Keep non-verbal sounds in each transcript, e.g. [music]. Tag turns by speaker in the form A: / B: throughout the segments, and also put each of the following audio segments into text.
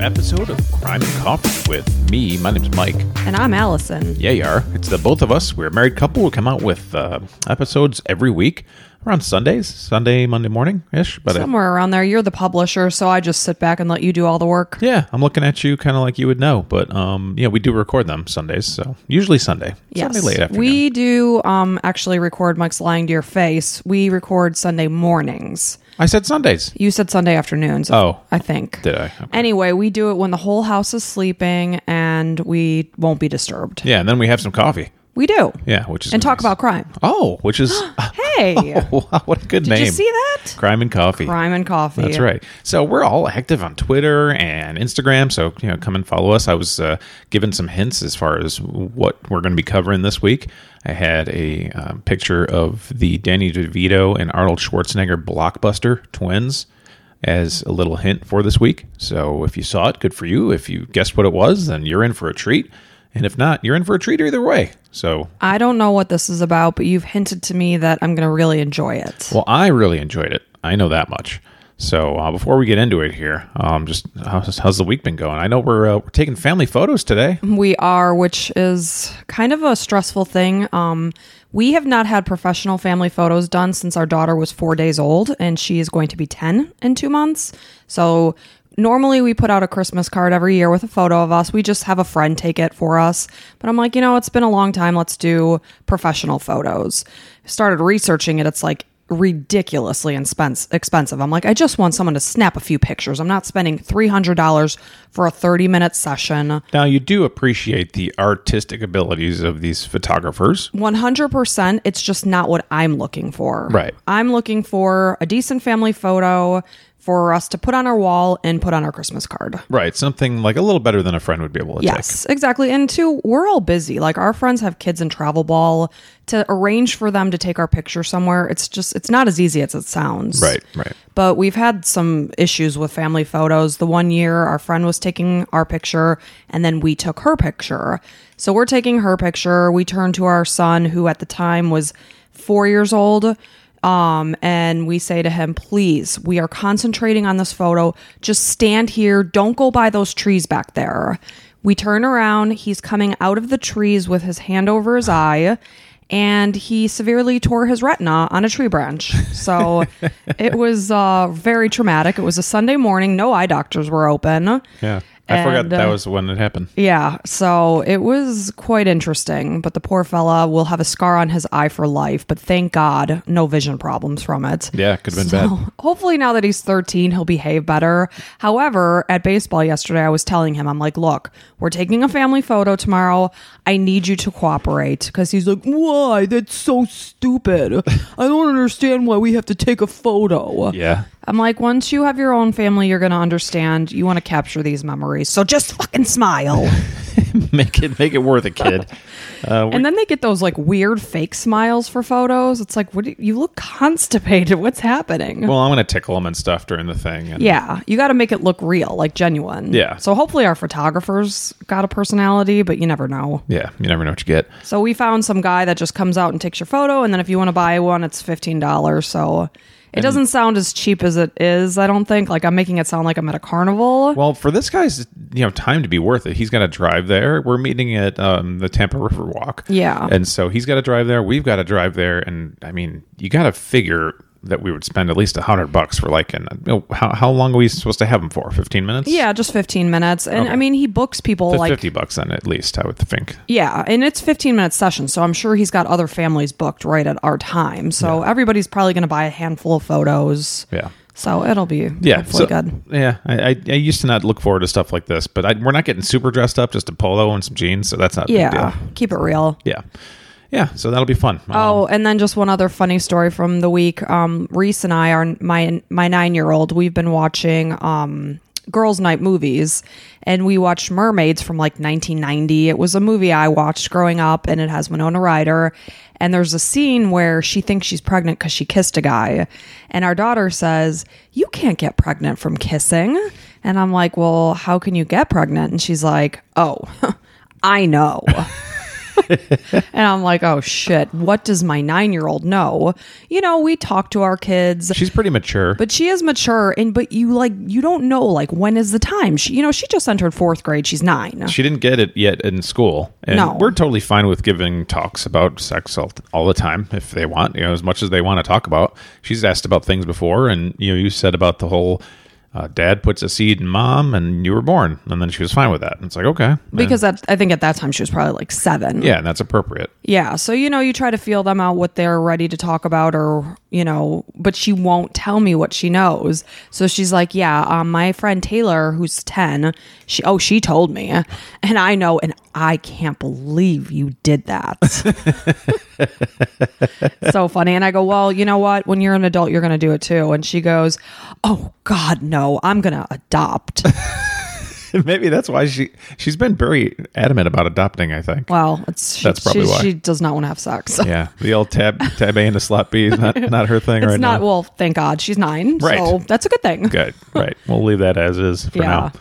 A: episode of Crime and Coffee with me. My name's Mike.
B: And I'm Allison.
A: Yeah, you are. It's the both of us. We're a married couple. We come out with uh, episodes every week around Sundays, Sunday, Monday morning ish. But uh,
B: Somewhere around there. You're the publisher, so I just sit back and let you do all the work.
A: yeah, I'm looking at you kind of like you would know. But um, yeah, we do record them Sundays. So usually Sunday. Sunday late afternoon.
B: we do um, actually record Mike's Lying to Your Face. We record Sunday mornings.
A: I said Sundays.
B: You said Sunday afternoons.
A: Oh.
B: I think.
A: Did I? Okay.
B: Anyway, we do it when the whole house is sleeping and we won't be disturbed.
A: Yeah, and then we have some coffee.
B: We do.
A: Yeah, which is
B: And talk
A: nice.
B: about crime.
A: Oh, which
B: [gasps]
A: is [gasps]
B: Hey.
A: wow, what a good
B: Did
A: name.
B: you see that?
A: Crime and Coffee.
B: Crime and coffee.
A: That's right. So we're all active on Twitter and Instagram. So you know, come and follow us. I was uh, given some hints as far as what we're going to be covering this week. I had a um, picture of the Danny DeVito and Arnold Schwarzenegger blockbuster twins as a little hint for this week. So if you saw it, good for you. If you guessed what it was, then you're in for a treat. And if not, you're in for a treat either way. So
B: I don't know what this is about, but you've hinted to me that I'm going to really enjoy it.
A: Well, I really enjoyed it. I know that much. So uh, before we get into it here, um, just how's, how's the week been going? I know we're uh, we're taking family photos today.
B: We are, which is kind of a stressful thing. Um, we have not had professional family photos done since our daughter was four days old, and she is going to be 10 in two months. So, normally we put out a Christmas card every year with a photo of us. We just have a friend take it for us. But I'm like, you know, it's been a long time. Let's do professional photos. Started researching it. It's like, ridiculously expense, expensive. I'm like, I just want someone to snap a few pictures. I'm not spending $300 for a 30 minute session.
A: Now you do appreciate the artistic abilities of these photographers.
B: 100% it's just not what i'm looking for
A: Right.
B: i'm looking for a decent family photo for us to put on our wall and put on our christmas card
A: Right, something like a little better than a friend would be able to take.
B: yes exactly and two we're all busy like our friends have kids in travel ball to arrange for them to take our picture somewhere it's just it's not as easy as it sounds
A: Right, right.
B: but we've had some issues with family photos. The one year our friend was taking our picture and then we took her picture. So we're taking her picture. We turn to our son, who at the time was four years old. Um, and we say to him, please, we are concentrating on this photo. Just stand here. Don't go by those trees back there. We turn around. He's coming out of the trees with his hand over his eye and he severely tore his retina on a tree branch. So it was uh, very traumatic. It was a Sunday morning. No eye doctors were open.
A: Yeah, I forgot
B: And,
A: that
B: uh,
A: was when it happened.
B: Yeah. So it was quite interesting. But the poor fella will have a scar on his eye for life. But thank God, no vision problems from it.
A: Yeah, could have been bad.
B: [laughs] Hopefully, now that he's 13, he'll behave better. However, at baseball yesterday, I was telling him, I'm like, look, we're taking a family photo tomorrow. I need you to cooperate. Because he's like, why? That's so
A: [laughs]
B: stupid. I don't understand why we have to take a photo.
A: Yeah,
B: I'm like, once you have your own family, you're going to understand. You want to capture these memories. So just fucking smile.
A: make it make it worth it, kid. [laughs] Uh,
B: and then they get those like weird fake smiles for photos. It's like, what? do you, you look constipated. What's happening?
A: well, I'm gonna tickle them and stuff during the thing. And,
B: Yeah, you got to make it look real, like genuine.
A: Yeah.
B: So hopefully our photographers got a personality, but you never know.
A: yeah, you never know what you get.
B: So we found some guy that just comes out and takes your photo, and then if you want to buy one, it's fifteen dollars. So it doesn't sound as cheap as it is. I don't think. Like I'm making it sound like I'm at a carnival.
A: Well, for this guy's you know time to be worth it, he's got to drive there. We're meeting at um, the Tampa River Walk.
B: Yeah.
A: and so he's got to drive there. We've got to drive there, and I mean, you got to figure that we would spend at least a hundred bucks for like an you know, how how long are we supposed to have him for? Fifteen minutes?
B: yeah, just fifteen minutes, and I mean he books people
A: So
B: like
A: fifty bucks then at least I would think.
B: Yeah, and it's 15 minute session, so I'm sure he's got other families booked right at our time. So everybody's probably going to buy a handful of photos.
A: Yeah.
B: So it'll be
A: Yeah,
B: hopefully
A: so-
B: good.
A: Yeah, I, I, I used to not look forward to stuff like this, but I, we're not getting super dressed up, just a polo and some jeans, so that's not a big
B: Yeah,
A: deal.
B: keep it real.
A: Yeah, yeah, so that'll be fun.
B: Oh, and then just one other funny story from the week. Um, Reese and I are my my nine year old. We've been watching um, girls' night movies, and we watched Mermaids from like 1990. It was a movie I watched growing up, and it has Winona Ryder. And there's a scene where she thinks she's pregnant because she kissed a guy, and our daughter says, "You can't get pregnant from kissing." And I'm [laughs] like, "Well, how can you get pregnant?" And she's like, "Oh, I know." and I'm like, oh shit, what does my nine year old know? You know, we talk to our kids.
A: She's pretty mature.
B: But she is mature, and but you like you don't know like when is the time. She, you know, she just entered fourth grade. She's nine.
A: she didn't get it yet in school. And
B: No.
A: we're totally fine with giving talks about sex all, all the time if they want, you know, as much as they want to talk about. She's asked about things before, and you know, you said about the whole uh, dad puts a seed in mom, and you were born, and then she was fine with that. And it's like okay, And-
B: because that, I think at that time she was probably like seven.
A: yeah, and that's appropriate. [laughs]
B: Yeah. So, you know, you try to feel them out what they're ready to talk about or, you know, but she won't tell me what she knows. So she's like, yeah, um, my friend Taylor, who's 10, she, oh, she told me. [laughs] And I know, and I can't believe you did that. [laughs] so funny. And I go, well, you know what? When you're an adult, you're going to do it too. And she goes, oh, God, no, I'm going to adopt.
A: Maybe that's why she she's been very adamant about adopting. I think.
B: Well, it's, she,
A: That's probably
B: she,
A: why.
B: she does not want to have sex.
A: Yeah, the old
B: [laughs]
A: tab tab A into slot B is not not her thing
B: It's
A: right
B: not
A: now.
B: well. Thank God, she's nine,
A: Right.
B: so that's a good thing.
A: Good, right? We'll leave that as is for
B: Yeah.
A: now.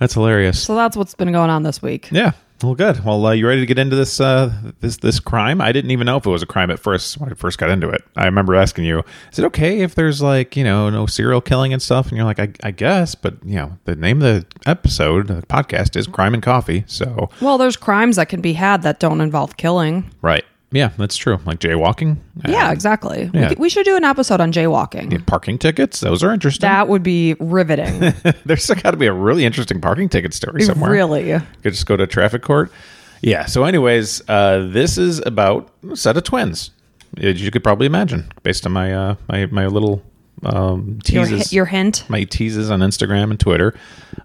A: That's hilarious.
B: So that's what's been going on this week.
A: Yeah. Well, good. Well, uh, you ready to get into this uh, this this crime? I didn't even know if it was a crime at first when I first got into it. I remember asking you, "Is it okay if there's like you know no serial killing and stuff?" And you're like, "I, I guess," but you know the name of the episode, the podcast, is "Crime and Coffee." So
B: Well, there's crimes that can be had that don't involve killing.
A: right, yeah, that's true. Like jaywalking, and
B: yeah, exactly. We
A: yeah.
B: c- We, should do an episode on jaywalking.
A: uh, parking tickets. Those are interesting.
B: That would be riveting.
A: [laughs] there's got to be a really interesting parking ticket story [laughs] somewhere.
B: really.
A: Could just go to traffic court. Yeah. So, anyways, uh, this is about a set of twins. As you could probably imagine, based on my uh, my my little um,
B: Your,
A: teases,
B: hi- your hint.
A: my teases on Instagram and Twitter,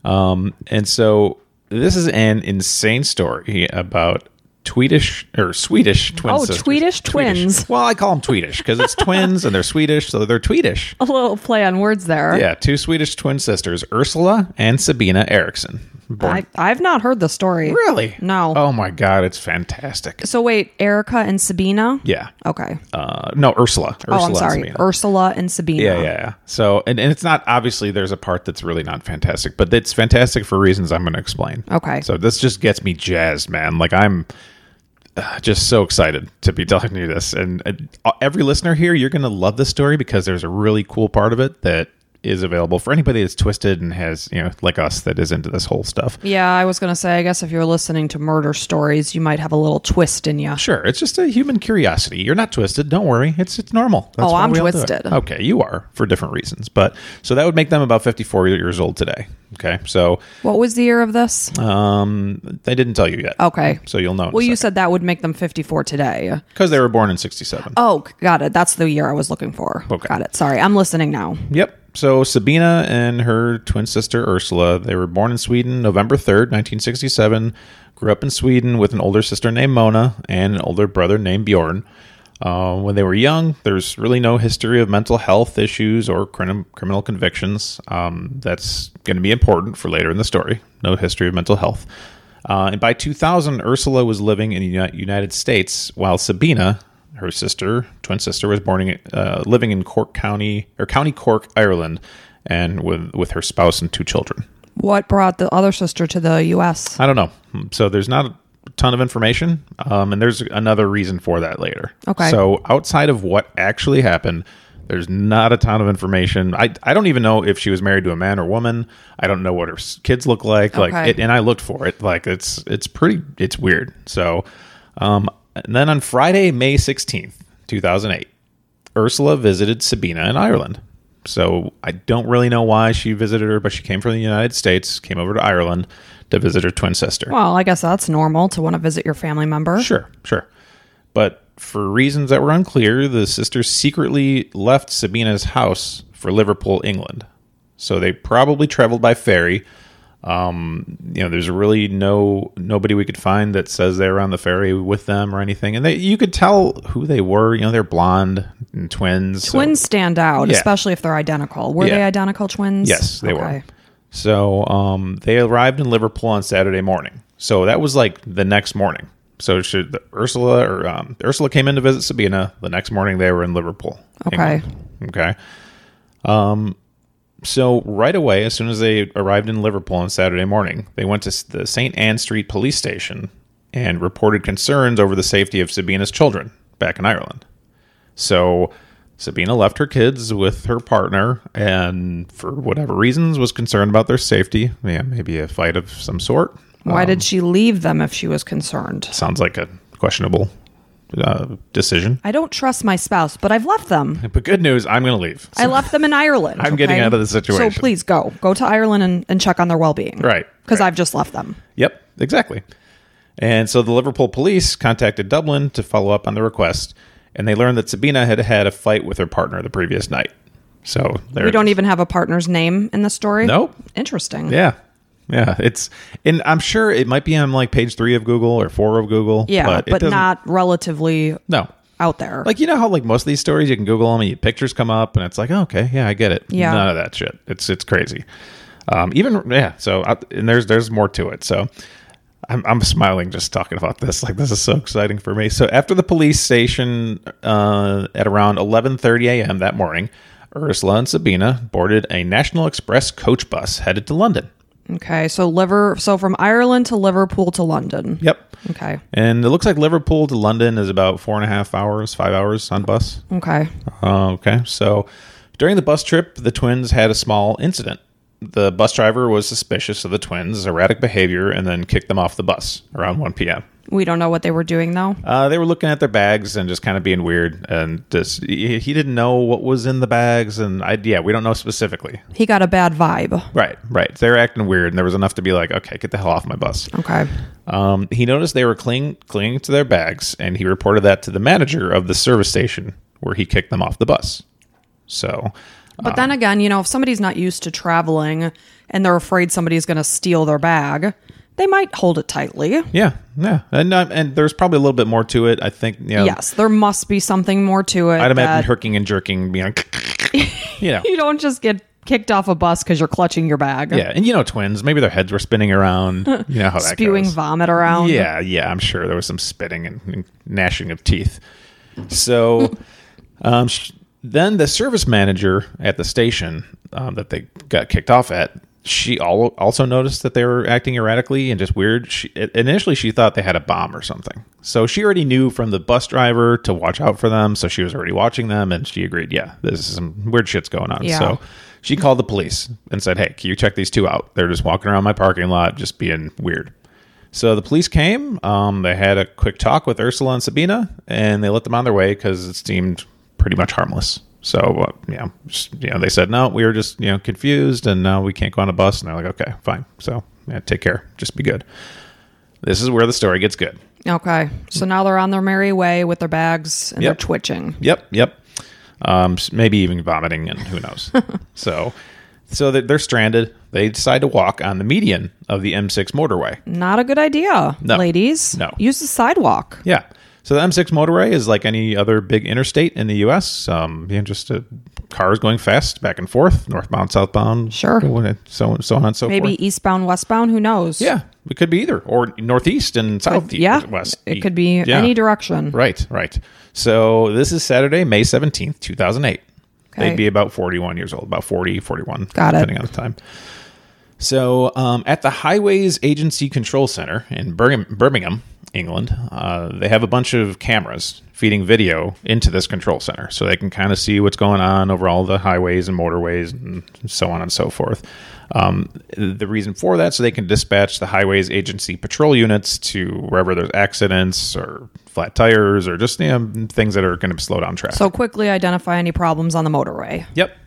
A: um, and so this is an insane story about Tweedish or Swedish twin
B: Oh,
A: sisters.
B: Tweedish twins.
A: Well, I call them Tweedish because it's twins and they're Swedish, so they're
B: [laughs]
A: Tweedish.
B: A little play on words there.
A: Yeah, two Swedish twin sisters, Ursula and Sabina Eriksson. Born
B: I, I've not heard the story.
A: Really?
B: No.
A: Oh my god, it's fantastic.
B: So wait, Erica and Sabina?
A: Yeah.
B: Okay.
A: Uh, no, Ursula. Ursula
B: oh, I'm
A: and
B: sorry.
A: Sabina.
B: Ursula and Sabina.
A: yeah, yeah, yeah. So, and, and it's not obviously there's a part that's really not fantastic, but it's fantastic for reasons I'm going to explain.
B: Okay.
A: So this just gets me jazzed, man. Like I'm uh, just so excited to be [laughs] telling you this, and uh, every listener here, you're going to love this story because there's a really cool part of it that is available for anybody that's twisted and has you know like us that is into this whole stuff.
B: Yeah, I was going to say, I guess if you're listening to murder stories, you might have a little twist in you.
A: Sure, it's just a human curiosity. You're not twisted. Don't worry. It's it's normal. That's
B: Oh,
A: why
B: I'm
A: we all do it.
B: twisted.
A: Okay, you are for different reasons, but so that would make them about 54 years old today. Okay, so
B: What was the year of this?
A: um, they didn't tell you yet.
B: Okay.
A: so you'll know.
B: Oh. Well, you said that would make them 54 today.
A: because they were born in 67.
B: Oh, c- got it. That's the year I was looking for.
A: Okay.
B: Got it. Sorry. I'm listening now.
A: Yep. So Sabina and her twin sister Ursula, they were born in Sweden November 3rd, 1967. Grew up in Sweden with an older sister named Mona and an older brother named Bjorn. Uh, when they were young, there's really no history of mental health issues or crim- criminal convictions. Um, that's going to be important for later in the story. No history of mental health. Uh, and by 2000, Ursula was living in the Uni- United States, while Sabina, her sister, twin sister, was born in, uh, living in Cork County or County Cork, Ireland, and with with her spouse and two children.
B: What brought the other sister to the U.S.?
A: I don't know. Hmm. So there's not a ton of information, um, and there's another reason for that later.
B: Okay.
A: So outside of what actually happened, there's not a ton of information. I I don't even know if she was married to a man or woman. I don't know what her s- kids look like. Like,
B: Okay.
A: it, and I looked for it. Like, it's it's pretty it's weird. So, um, and then on Friday, May sixteenth, two thousand eight. Ursula visited Sabina in Ireland. So I don't really know why she visited her, but she came from the United States, came over to Ireland to visit her twin sister.
B: Well, I guess that's normal to want to visit your family member.
A: Sure, sure. But for reasons that were unclear, the sisters secretly left Sabina's house for Liverpool, England. So they probably traveled by ferry. Um, you know, there's really no nobody we could find that says they were on the ferry with them or anything. And they you could tell who they were. You know, they're blonde and twins. so-
B: Twins stand out,
A: Yeah.
B: especially if they're identical. Were they
A: Yeah.
B: identical twins?
A: Yes, they
B: Okay.
A: were. So um, they arrived in Liverpool on Saturday morning. So that was like the next morning. So should the Ursula or um, Ursula came in to visit Sabina the next morning? They were in Liverpool.
B: Okay.
A: Okay. Um. So right away, as soon as they arrived in Liverpool on Saturday morning, they went to s- the St. Anne Street police station and reported concerns over the safety of Sabina's children back in Ireland. So Sabina left her kids with her partner and, for whatever reasons, was concerned about their safety. Yeah, maybe a fight of some sort.
B: Why
A: Um,
B: did she leave them if she was concerned?
A: Sounds like a questionable uh, decision.
B: I don't trust my spouse, but I've left them.
A: But good news, I'm going to leave.
B: I left them in Ireland.
A: I'm getting out of the situation.
B: So please go. Go to Ireland and, and check on their well being.
A: Right,
B: Because
A: right.
B: I've just left them.
A: Yep, exactly. And so the Liverpool police contacted Dublin to follow up on the request, and they learned that Sabina had had a fight with her partner the previous night. So there
B: We
A: it
B: don't
A: is.
B: even have a partner's name in the story.
A: Nope.
B: Interesting.
A: Yeah, yeah. It's and I'm sure it might be on like page three of Google or four of Google.
B: Yeah,
A: it
B: but
A: doesn't-
B: not relatively
A: no.
B: out there.
A: Like you know how like most of these stories you can Google them and your pictures come up and it's like oh, okay yeah I get it
B: Yeah.
A: none of that shit it's it's crazy um, even yeah so I, and there's there's more to it so I'm, I'm smiling just talking about this like this is so exciting for me so after the police station uh, at around 11:30 a.m. that morning Ursula and Sabina boarded a National Express coach bus headed to London
B: okay, so liver so from Ireland to Liverpool to London.
A: yep
B: Okay.
A: and it looks like Liverpool to London is about four and a half hours five hours on bus
B: Okay.
A: Oh, okay. So during the bus trip, the twins had a small incident. The bus driver was suspicious of the twins' erratic behavior and then kicked them off the bus around 1 p.m.
B: We don't know what they were doing though.
A: Uh, they were looking at their bags and just kind of being weird. And just, he he didn't know what was in the bags. And I, yeah, we don't know specifically.
B: He got a bad vibe.
A: Right, right. They were acting weird. And there was enough to be like, okay, get the hell off my bus.
B: Okay.
A: Um, he noticed they were cling, clinging to their bags, and he reported that to the manager of the service station where he kicked them off the bus. So
B: But
A: Uh.
B: then again, you know, if somebody's not used to traveling and they're afraid somebody's going to steal their bag, they might hold it tightly.
A: Yeah, yeah, and um, and there's probably a little bit more to it. I think, you know,
B: Yes, there must be something more to it.
A: I'd imagine
B: that
A: herking and jerking, you know, [laughs] you
B: [laughs]
A: know,
B: you don't just get kicked off a bus because you're clutching your bag,
A: yeah, and you know, twins. Maybe their heads were spinning around. You know how that
B: [laughs] spewing
A: goes.
B: vomit around.
A: Yeah, yeah, I'm sure there was some spitting and, and gnashing of teeth. So,
B: [laughs]
A: um, sh- then the service manager at the station um, that they got kicked off at, she al- also noticed that they were acting erratically and just weird. She, i- initially, she thought they had a bomb or something. So she already knew from the bus driver to watch out for them. So she was already watching them, and she agreed, yeah, this is some weird shit's going on.
B: Yeah.
A: So. She called the police and said, Hey, can you check these two out? They're just walking around my parking lot, just being weird. So the police came. Um, they had a quick talk with Ursula and Sabina, and they let them on their way because it seemed pretty much harmless. So uh, yeah, just, you know, they said no, we were just you know confused, and now we can't go on a bus. And they're like, okay, fine. So yeah, take care, just be good. This is where the story gets good.
B: Okay. So now they're on their merry way with their bags and
A: Yep.
B: they're twitching.
A: Yep, yep. Um, s- maybe even vomiting, and who knows. so, so they're, they're stranded. They decide to walk on the median of the M6 motorway.
B: Not a good idea,
A: No.
B: ladies.
A: No.
B: Use the sidewalk.
A: Yeah. So the M6 motorway is like any other big interstate in the U.S. Um, you know, just uh, cars going fast back and forth, northbound, southbound,
B: Sure.
A: so so on and so
B: Maybe
A: forth.
B: eastbound, westbound, who knows?
A: Yeah, it could be either or northeast and southeast,
B: Yeah.
A: west. e-
B: It could be
A: Yeah.
B: any direction.
A: Right, right. So this is Saturday, May 17th, 2008.
B: Okay.
A: They'd be about 41 years old, about 40, 41,
B: Got it.
A: depending on the time. So um, at the Highways Agency Control Center in Birmingham, Birmingham England, uh, they have a bunch of cameras feeding video into this control center so they can kind of see what's going on over all the highways and motorways and so on and so forth. Um, the reason for that, so they can dispatch the Highways Agency patrol units to wherever there's accidents or flat tires or just you know, things that are going to slow down traffic.
B: So quickly identify any problems on the motorway.
A: Yep.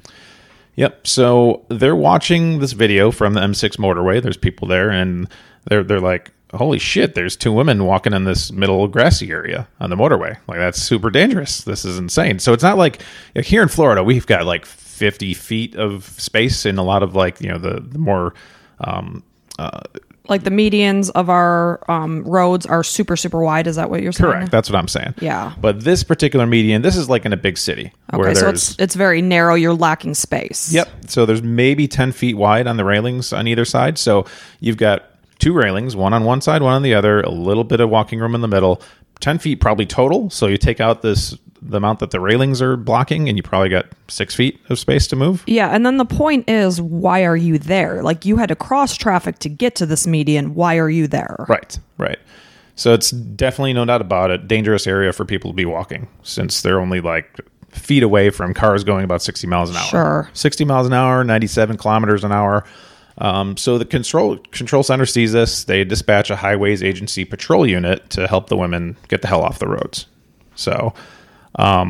A: Yep. So they're watching this video from the M6 motorway. There's people there, and they're they're like, "Holy shit! There's two women walking in this middle grassy area on the motorway. Like that's super dangerous. This is insane." So it's not like like, here in Florida, we've got like 50 feet of space in a lot of like you know the, the more um,
B: Like the medians of our um, roads are super, super wide. Is that what you're saying?
A: correct. That's what I'm saying.
B: Uh-huh. Yeah.
A: But this particular median, this is like in a big city
B: Okay, so it's it's very narrow. You're lacking space.
A: Yep. So there's maybe 10 feet wide on the railings on either side. So you've got two railings, one on one side, one on the other, a little bit of walking room in the middle, 10 feet probably total. So you take out this the amount that the railings are blocking and you probably got six feet of space to move.
B: Yeah, and then the point is, why are you there? Like you had to cross traffic to get to this median. Why are you there?
A: Right, right. So it's definitely no doubt about it, dangerous area for people to be walking since they're only like feet away from cars going about 60 miles an hour.
B: Sure.
A: 60 miles an hour, 97 kilometers an hour. Um, so the control control center sees this. They dispatch a highways agency patrol unit to help the women get the hell off the roads. So um,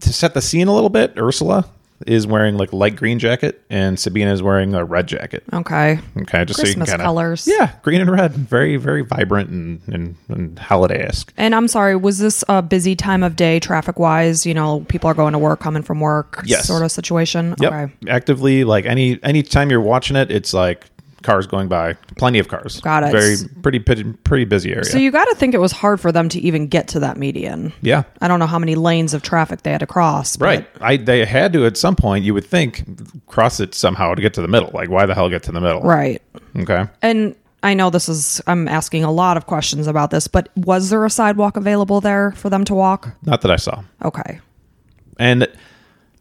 A: to set the scene a little bit, Ursula is wearing like light green jacket and Sabina is wearing a red jacket.
B: Okay.
A: Okay, just so you can
B: Christmas
A: kind of
B: colors.
A: Yeah, green and red, very very vibrant and and, and holiday esque.
B: And I'm sorry, was this a busy time of day traffic wise? You know, people are going to work, coming from work,
A: Yes.
B: sort of situation.
A: Yep,
B: Okay.
A: actively like any any time you're watching it, it's like cars going by, plenty of cars.
B: Got it.
A: Very pretty pretty, pretty busy area.
B: So you got to think it was hard for them to even get to that median.
A: yeah.
B: I don't know how many lanes of traffic they had to cross. but-
A: Right. I they had to at some point you would think cross it somehow to get to the middle. Like why the hell get to the middle?
B: Right.
A: Okay.
B: And I know this is, I'm asking a lot of questions about this, but was there a sidewalk available there for them to walk?
A: Not that I saw.
B: Okay.
A: And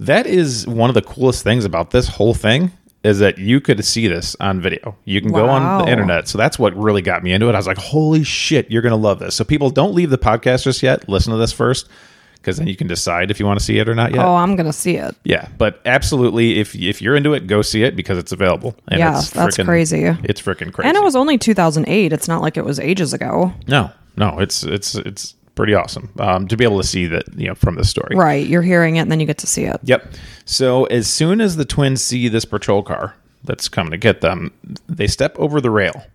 A: that is one of the coolest things about this whole thing is that you could see this on video. You can go on
B: Wow.
A: the internet. So that's what really got me into it. I was like, holy shit, you're going to love this. So people don't leave the podcast just yet. Listen to this first because then you can decide if you want to see it or not yet.
B: Oh, I'm going to see it.
A: Yeah, but absolutely if if you're into it, go see it because it's available. And
B: Yeah,
A: it's
B: that's
A: frickin-
B: crazy.
A: It's freaking crazy.
B: And it was only 2008. It's not like it was ages ago.
A: no, no, it's it's it's pretty awesome um, to be able to see that you know from this story.
B: Right. You're hearing it and then you get to see it.
A: Yep. So as soon as the twins see this patrol car that's coming to get them, they step over the rail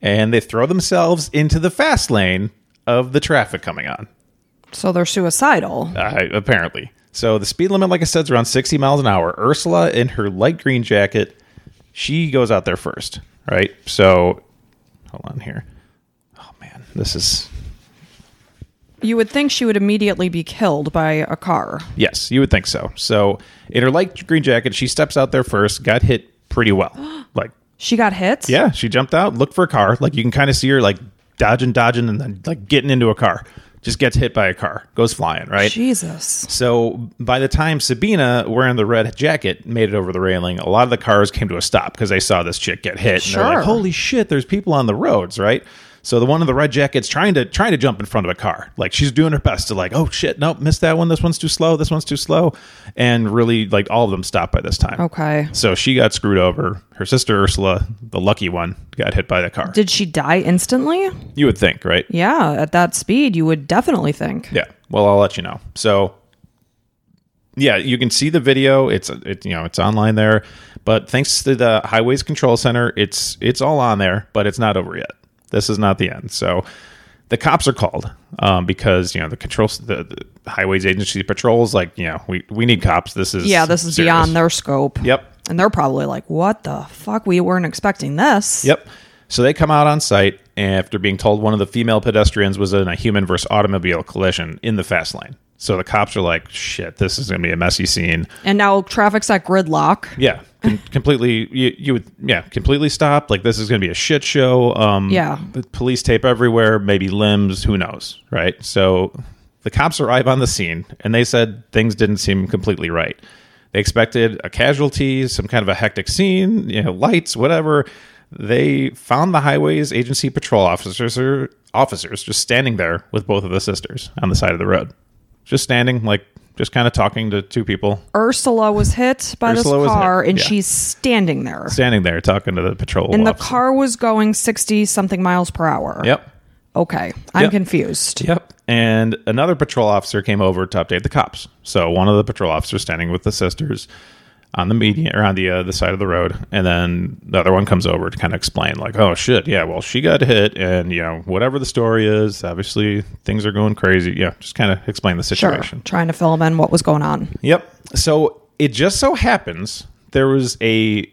A: and they throw themselves into the fast lane of the traffic coming on.
B: So they're suicidal.
A: Uh, apparently. So the speed limit, like I said, is around 60 miles an hour. Ursula in her light green jacket, she goes out there first, right? So hold on here. Oh man, this is
B: You would think she would immediately be killed by a car.
A: Yes, you would think so. So in her light green jacket, she steps out there first, got hit pretty well. [gasps] Like,
B: She got hit?
A: yeah, she jumped out, looked for a car. Like you can kind of see her like dodging, dodging, and then like getting into a car. Just gets hit by a car, goes flying, right?
B: Jesus.
A: so by the time Sabina wearing the red jacket made it over the railing, a lot of the cars came to a stop because they saw this chick get hit. And they're
B: Sure.
A: like, holy shit, there's people on the roads, right? So the one in the red jacket's trying to trying to jump in front of a car. Like she's doing her best to like, oh shit, nope, missed that one. This one's too slow. This one's too slow. And really like all of them stopped by this time.
B: Okay.
A: So she got screwed over. Her sister Ursula, the lucky one, got hit by the car.
B: Did she die instantly?
A: you would think, right?
B: Yeah, at that speed, you would definitely think.
A: Yeah. Well, I'll let you know. So, yeah, you can see the video. It's it, you know it's online there, but thanks to the Highways Control Center, it's it's all on there, but it's not over yet. This is not the end. So, the cops are called um, because you know the control the, the Highways Agency patrols like you know we we need cops. This is
B: Yeah, this is
A: serious.
B: beyond their scope.
A: Yep.
B: And they're probably like, what the fuck? We weren't expecting this.
A: Yep. So they come out on site after being told one of the female pedestrians was in a human versus automobile collision in the fast lane. So the cops are like, "Shit, this is going to be a messy scene."
B: And now traffic's at gridlock.
A: Yeah,
B: [laughs]
A: com- completely. You, you would, yeah, completely stop. Like this is going to be a shit show. Um,
B: Yeah.
A: the police tape everywhere, maybe limbs. Who knows, right? So the cops arrive on the scene, and they said things didn't seem completely right. They expected a casualty, some kind of a hectic scene, you know, lights, whatever. They found the highways agency patrol officers or officers just standing there with both of the sisters on the side of the road, just standing like just kind of talking to two people
B: Ursula was hit by
A: Ursula was
B: this
A: hit,
B: car and
A: yeah.
B: she's standing there.
A: standing there talking to the patrol.
B: And the
A: officer.
B: car was going 60 something miles per hour.
A: Yep.
B: Okay. I'm
A: Yep.
B: confused.
A: Yep. And another patrol officer came over to update the cops. So one of the patrol officers standing with the sisters on the median or on the uh, the side of the road, and then the other one comes over to kind of explain, like, "Oh shit, yeah, well she got hit, and you know whatever the story is, obviously things are going crazy." Yeah, just kind of explain the
B: Sure.
A: situation.
B: Trying to fill them in what was going on.
A: Yep. So it just so happens there was a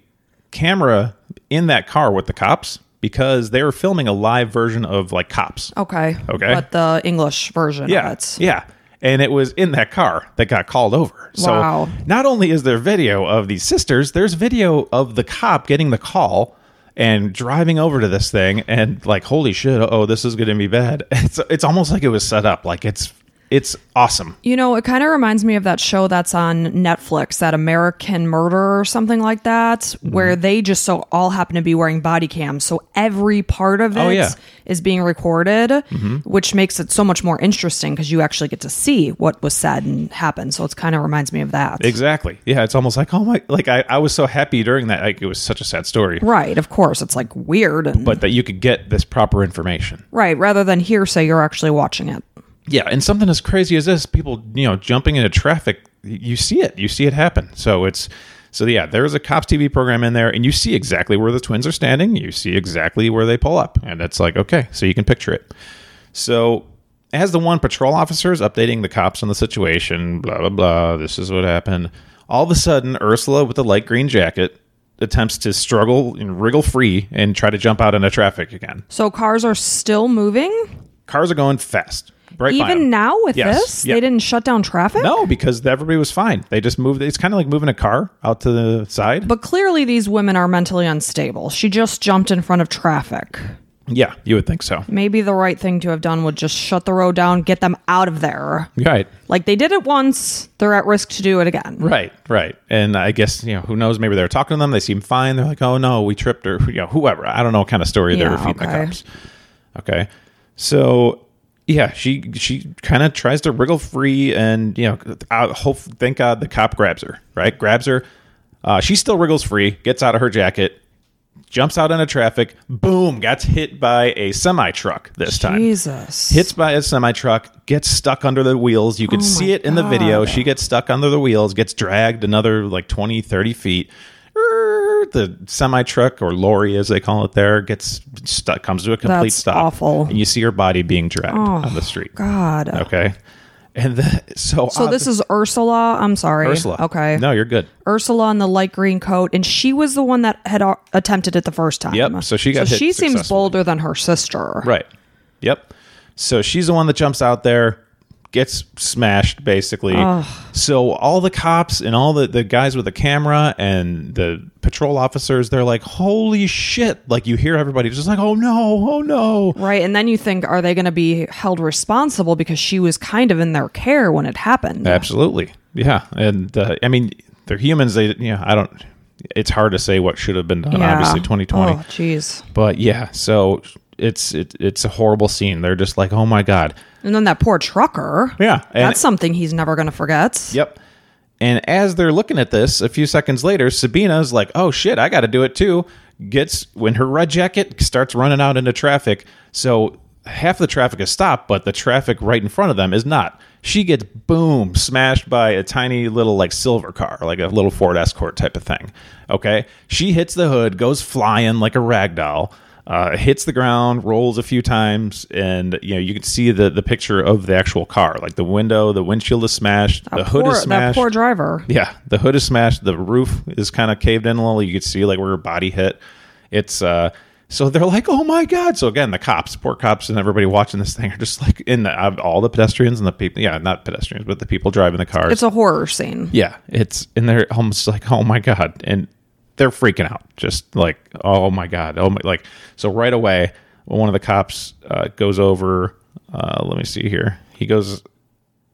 A: camera in that car with the cops because they were filming a live version of like cops.
B: Okay.
A: Okay.
B: But the English version
A: yeah.
B: of it.
A: Yeah. And it was in that car that got called over. So
B: Wow.
A: not only is there video of these sisters, there's video of the cop getting the call and driving over to this [laughs] thing and like, holy shit, oh, this is gonna be bad. It's it's almost like it was set up. Like it's It's awesome.
B: You know, it kind of reminds me of that show that's on Netflix, that American Murder or something like that,
A: Mm-hmm.
B: where they just so all happen to be wearing body cams. So every part of it is
A: Oh, yeah. Mm-hmm.
B: being recorded, which makes it so much more interesting because you actually get to see what was said and happened. So it kind of reminds me of that.
A: Exactly. Yeah, it's almost like oh my, like I, I was so happy during that. Like it was such a sad story,
B: right. Of course. It's like weird. And,
A: but that you could get this proper information.
B: right. Rather than hearsay, you're actually watching it.
A: Yeah, and something as crazy as this, people you know jumping into traffic, y- you see it, you see it happen. So it's so yeah, there is a cops TV program in there, and you see exactly where the twins are standing, you see exactly where they pull up, and that's like okay, so you can picture it. So as the one patrol officer is updating the cops on the situation, blah blah blah, this is what happened. All of a sudden, Ursula with the light green jacket attempts to struggle and wriggle free and try to jump out into traffic again.
B: So cars are still moving
A: Cars are going fast. Right by
B: even
A: 'em.
B: now with
A: Yes,
B: this.
A: yeah.
B: They didn't shut down traffic.
A: No, because everybody was fine. They just moved. It's kind of like moving a car out to the side.
B: But clearly, these women are mentally unstable. She just jumped in front of traffic.
A: yeah, you would think so.
B: Maybe the right thing to have done would just shut the road down, get them out of there.
A: Right,
B: Like they did it once, they're at risk to do it again.
A: right, right. And I guess you know who knows. Maybe they're talking to them. They seem fine. They're like, oh no, we tripped or you know whoever. I don't know what kind of story they're
B: Yeah,
A: feeding the
B: okay.
A: cops. Okay, so yeah, she she kind of tries to wriggle free, and you know, I hope thank God the cop grabs her. Right, grabs her. Uh, she still wriggles free, gets out of her jacket, jumps out into traffic. Boom, gets hit by a semi truck this time.
B: Jesus.
A: hits by a semi truck, gets stuck under the wheels. You can
B: Oh
A: see it in the video. She gets stuck under the wheels, gets dragged another like 20, 30 feet. Er, The semi truck or lorry, as they call it, there gets stuck, comes to a complete
B: That's
A: stop.
B: awful. Oh,
A: And you see her body being dragged on the street.
B: God.
A: Okay. And the, so,
B: So this is Ursula. I'm sorry.
A: Ursula.
B: Okay.
A: No, you're good.
B: Ursula in the light green coat, and she was the one that had uh, attempted it the first time.
A: Yep, so she got
B: So
A: hit
B: she seems
A: successfully.
B: bolder than her sister.
A: Right. Yep. So she's the one that jumps out there, gets smashed basically. So all the cops and all the, the guys with the camera and the patrol officers, they're like, holy shit. Like you hear everybody just like, oh no, oh no.
B: Right. And then you think, are they going to be held responsible because she was kind of in their care when it happened?
A: Absolutely. Yeah. And uh, I mean, they're humans. They, you know, I don't, it's hard to say what should have been done, obviously, 2020.
B: Oh, jeez.
A: But yeah, so it's it, it's a horrible scene. They're just like, oh my God.
B: And then that poor trucker.
A: Yeah. And
B: That's something he's never going to forget.
A: Yep. And as they're looking at this, a few seconds later, Sabina's like, "Oh shit, I got to do it too." Gets when her red jacket starts running out into traffic. So half the traffic is stopped, but the traffic right in front of them is not. She gets boom smashed by a tiny little like silver car, like a little Ford Escort type of thing. Okay, she hits the hood, goes flying like a rag doll. Uh, hits the ground, rolls a few times, and you know you can see the the picture of the actual car, like the window, the windshield is smashed, the hood
B: Poor-
A: is
B: that
A: smashed.
B: poor driver.
A: yeah, the hood is smashed. The roof is kind of caved in a little. You could see like where her body hit. It's uh, so they're like, oh my god. So again, the cops, poor cops, and everybody watching this thing are just like in the, of all the pedestrians and the people. Yeah, not pedestrians, but the people driving the cars.
B: It's a horror scene.
A: yeah, it's and they're almost like, oh my god, and they're freaking out, just like, oh my god, oh my, like. So right away, one of the cops uh, goes over. Uh, let me see here. He goes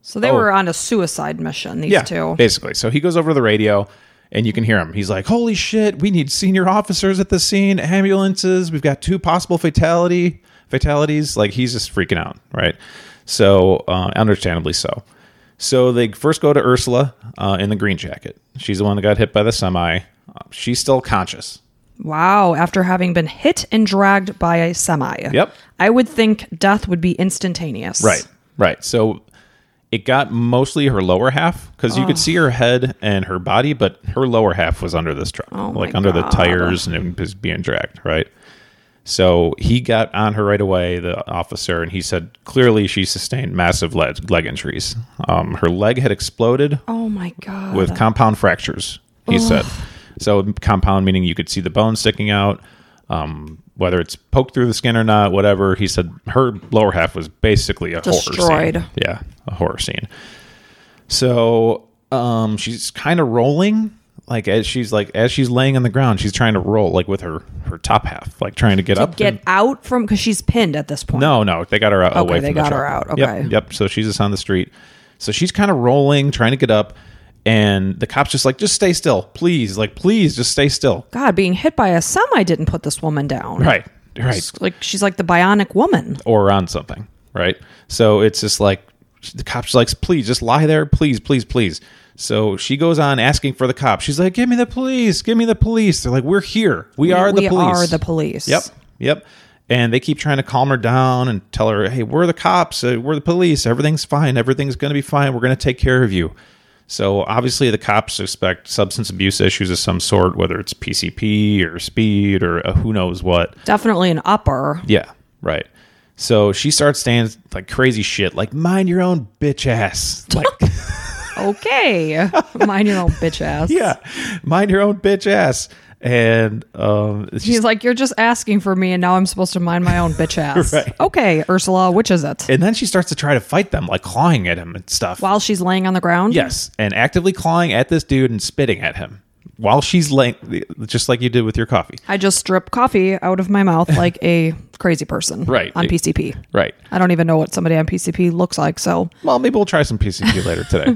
B: So
A: Oh.
B: they were on a suicide mission, these two.
A: Basically. So he goes over to the radio and you can hear him. He's like, Holy shit, we need senior officers at the scene, ambulances, we've got two possible fatality fatalities. Like he's just freaking out, right? So uh, understandably so. So they first go to Ursula uh, in the green jacket. She's the one that got hit by the semi. Uh, She's still conscious.
B: Wow. After having been hit and dragged by a semi.
A: Yep.
B: I would think death would be instantaneous.
A: Right, right. So it got mostly her lower half because you
B: Oh.
A: could see her head and her body, but her lower half was under this truck,
B: Oh my
A: like under
B: God.
A: the tires and it was being dragged. Right. So he got on her right away, the officer, and he said clearly she sustained massive leg, leg injuries. Um, her leg had exploded
B: Oh my God.
A: with compound fractures. He said. So compound meaning you could see the bone sticking out, um, whether it's poked through the skin or not, whatever. He said her lower half was basically a horror
B: Destroyed.
A: scene. Yeah, a horror scene. So um, she's kind of rolling. like as she's like as she's laying on the ground, she's trying to roll like with her her top half, like trying to get up.
B: Get
A: and-
B: out from because she's pinned at this point.
A: no, no, they got her out
B: Okay,
A: away.
B: they
A: from the
B: got her
A: truck.
B: out.
A: Yep,
B: Okay.
A: Yep, So she's just on the street. So she's kind of rolling, trying to get up, and the cops just like just stay still, please, like please, just stay still.
B: God, being hit by a semi didn't put this woman down.
A: Right, right.
B: Like she's like the bionic woman.
A: or on something, right? So it's just like the cops likes, please just lie there, please, please, please. So she goes on asking for the cops. She's like, "Give me the police! Give me the police!" They're like, "We're here. We, are the
B: we
A: police.
B: are the police.
A: Yep, yep." And they keep trying to calm her down and tell her, "Hey, we're the cops. Uh, We're the police. Everything's fine. Everything's going to be fine. We're going to take care of you." So obviously, the cops suspect substance abuse issues of some sort, whether it's PCP or speed or uh, who knows what.
B: Definitely an upper.
A: Yeah, right. So she starts saying like crazy shit, like mind your own bitch ass. Like,
B: Okay. Mind your own bitch ass.
A: yeah, mind your own bitch ass. And um, she's,
B: He's like, you're just asking for me, and now I'm supposed to mind my
A: [laughs]
B: own bitch ass.
A: Right.
B: Okay, Ursula, which is it?
A: and then she starts to try to fight them, like clawing at him and stuff.
B: While she's laying on the ground?
A: Yes, and actively clawing at this dude and spitting at him while she's like, just like you did with your coffee.
B: I just strip coffee out of
A: [laughs]
B: my mouth like a crazy person.
A: Right.
B: On PCP.
A: Right.
B: I don't even know what somebody on PCP looks like, so
A: Well, maybe we'll try some
B: [laughs]
A: PCP later today.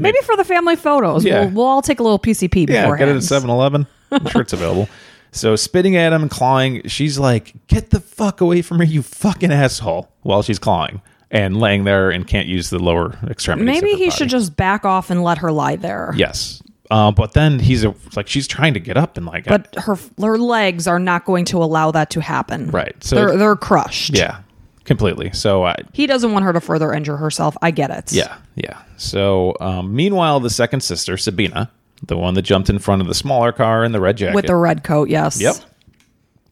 B: maybe for the family photos,
A: Yeah.
B: we'll, we'll all take a little PCP
A: Yeah, get
B: beforehand.
A: it at 7 Eleven. I'm sure it's available. So, spitting at him and clawing, she's like, Get the fuck away from me, you fucking asshole, while she's clawing and laying there and can't use the lower extremities. of
B: Maybe
A: her
B: he
A: body.
B: should just back off and let her lie there.
A: Yes. Uh, but then he's a, like, she's trying to get up and like,
B: But her her legs are not going to allow that to happen.
A: Right, so
B: they're
A: it's-
B: they're crushed.
A: yeah, completely. So, I,
B: He doesn't want her to further injure herself. I get it.
A: Yeah, yeah. So, um, meanwhile, the second sister, Sabina, the one that jumped in front of the smaller car in the red jacket.
B: With the red coat, yes.
A: Yep.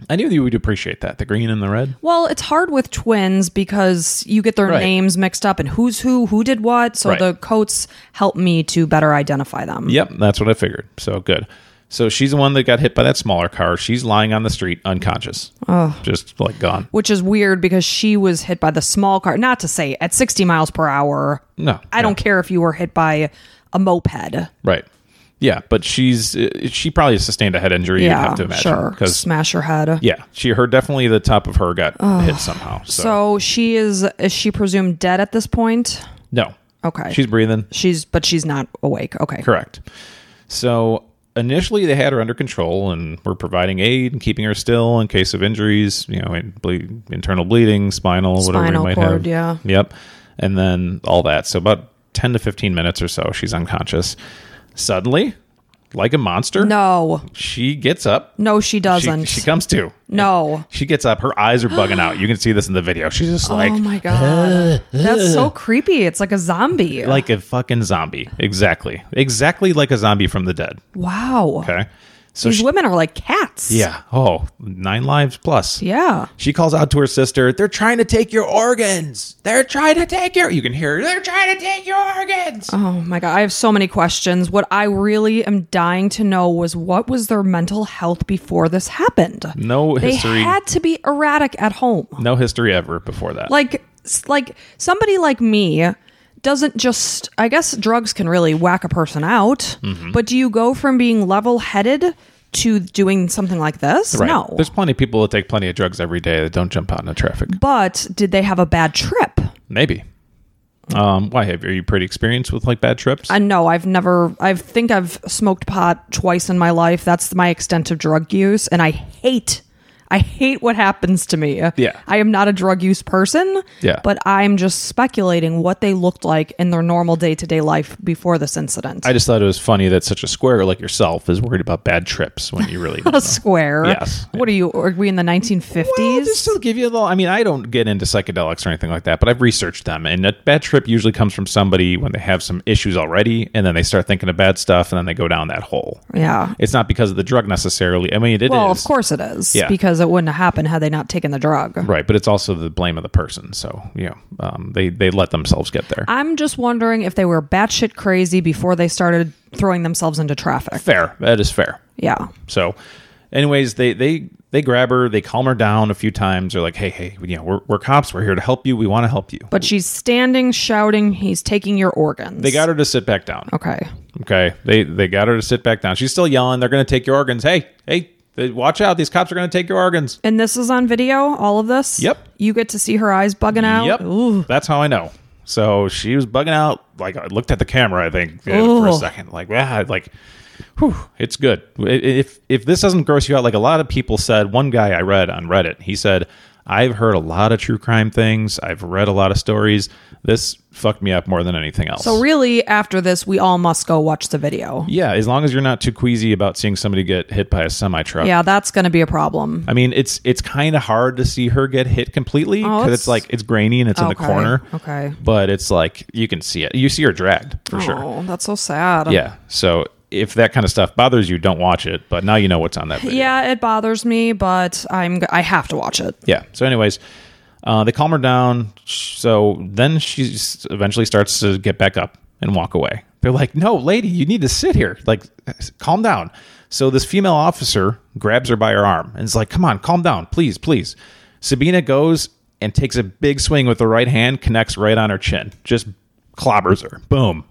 A: I knew you would appreciate that. The green and the red.
B: Well, it's hard with twins because you get their
A: Right.
B: names mixed up and who's who, who did what. So
A: Right.
B: the coats help me to better identify them.
A: Yep, that's what I figured. So good. So she's the one that got hit by that smaller car. She's lying on the street unconscious. Oh. Just like gone.
B: Which is weird because she was hit by the small car. Not to say at 60 miles per hour.
A: No.
B: I don't care if you were hit by a moped.
A: Right. Yeah, but she's uh, she probably sustained a head injury, you'd
B: yeah,
A: have to imagine.
B: sure.
A: 'cause-
B: Smash your head.
A: yeah, she her definitely the top of her got hit somehow. So,
B: So she is is she presumed dead at this point?
A: no.
B: Okay.
A: She's breathing.
B: She's but she's not awake. Okay.
A: Correct. So initially they had her under control and were providing aid and keeping her still in case of injuries, you know, in ble- internal bleeding, spinal, whatever you
B: Spinal
A: might
B: cord,
A: have.
B: yeah.
A: Yep. And then all that. So about 10 to 15 minutes or so, she's unconscious. Suddenly, like a monster,
B: No.
A: she gets up.
B: No, she doesn't.
A: She, she comes to.
B: no.
A: She gets up. Her eyes are bugging out. You can see this in the video. She's just like, uh,
B: oh my god. That's so creepy. It's like a zombie.
A: like a fucking zombie. Exactly. Exactly like a zombie from the dead.
B: wow.
A: Okay. So
B: These
A: she-
B: women are like cats.
A: Yeah. Oh, nine lives plus.
B: Yeah.
A: She calls out to her sister, They're trying to take your organs. They're trying to take your. You can hear her. They're trying to take your organs.
B: Oh my god, I have so many questions. What I really am dying to know was what was their mental health before this happened?
A: No
B: They
A: Mm. history.
B: had to be erratic at home.
A: no history ever before that.
B: like s- like somebody like me doesn't just i guess drugs can really whack a person out
A: Mm-hmm.
B: but do you go from being level-headed to doing something like this
A: right.
B: no
A: There's plenty of people that take plenty of drugs every day that don't jump out into traffic.
B: but did they have a bad trip
A: Maybe. Um, why have are you pretty experienced with like bad trips?
B: i know Uh, i've never i think i've smoked pot twice in my life that's my extent of drug use and i hate I hate what happens to me.
A: Yeah.
B: I am not a drug use person.
A: Yeah.
B: But I'm just speculating what they looked like in their normal day to day life before this incident.
A: I just thought it was funny that such a square like yourself is worried about bad trips when you
B: [laughs]
A: really. don't know.
B: a [laughs] square.
A: Yes.
B: What are you? Are we in the 1950s?
A: Well, just to give you a little. I mean, I don't get into psychedelics or anything like that, but I've researched them, and a bad trip usually comes from somebody when they have some issues already, and then they start thinking of bad stuff, and then they go down that hole.
B: yeah.
A: It's not because of the drug necessarily. I mean, it is
B: Well, of course it is.
A: Yeah.
B: Because it wouldn't have happened had they not taken the drug.
A: right, but it's also the blame of the person. So you know, um, they they let themselves get there.
B: I'm just wondering if they were batshit crazy before they started throwing themselves into traffic.
A: fair, that is fair.
B: Yeah.
A: So anyways, they they they grab her, they calm her down a few times. They're like, hey, hey, you know, we're, we're cops. We're here to help you. We want to help you.
B: But she's standing, shouting, he's taking your organs.
A: They got her to sit back down.
B: Okay.
A: Okay. They they got her to sit back down. She's still yelling. They're going to take your organs. Hey, hey, they, watch out. These cops are going to take your organs.
B: And this is on video, all of this?
A: Yep.
B: You get to see her eyes bugging out?
A: Yep.
B: Ooh.
A: That's how I know. So she was bugging out. Like I looked at the camera, I think, uh, for a
B: Ooh.
A: second. Like, yeah, like, whew, it's good. I- If if this doesn't gross you out, like a lot of people said, one guy I read on Reddit, he said, I've heard a lot of true crime things. I've read a lot of stories. This fucked me up more than anything else.
B: So, really, after this, we all must go watch the video.
A: yeah, as long as you're not too queasy about seeing somebody get hit by a semi truck.
B: Yeah, that's going to be a problem.
A: I mean, it's it's kind of hard to see her get hit completely because
B: Oh, it's-
A: it's like it's grainy and it's in the
B: Okay,
A: corner.
B: okay.
A: but it's like you can see it. You see her dragged for sure.
B: Oh, that's so sad.
A: Yeah. So if that kind of stuff bothers you, don't watch it. But now you know what's on that video.
B: Yeah, it bothers me, but I'm I have to watch it.
A: Yeah. So, anyways, uh, they calm her down. So then she s- eventually starts to get back up and walk away. They're like, "No, lady, you need to sit here. Like, s- calm down." So this female officer grabs her by her arm and is like, "Come on, calm down, please, please." Sabina goes and takes a big swing with the right hand, connects right on her chin, just clobbers her. Boom,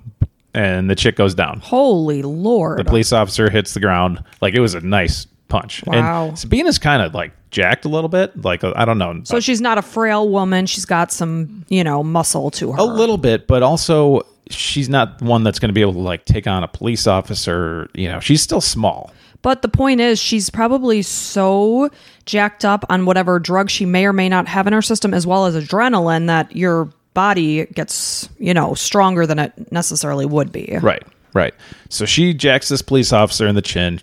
A: and the chick goes down.
B: Holy lord.
A: The police officer hits the ground. Like it was a nice punch.
B: Wow.
A: And Sabina's kind of like jacked a little bit. Like I don't know.
B: so she's not a frail woman. She's got some, you know, muscle to her.
A: a little bit, but also she's not one that's going to be able to like take on a police officer. You know, she's still small.
B: But the point is, she's probably so jacked up on whatever drug she may or may not have in her system, as well as adrenaline, that your body gets, you know, stronger than it necessarily would be.
A: Right, right. So she jacks this police officer in the chin.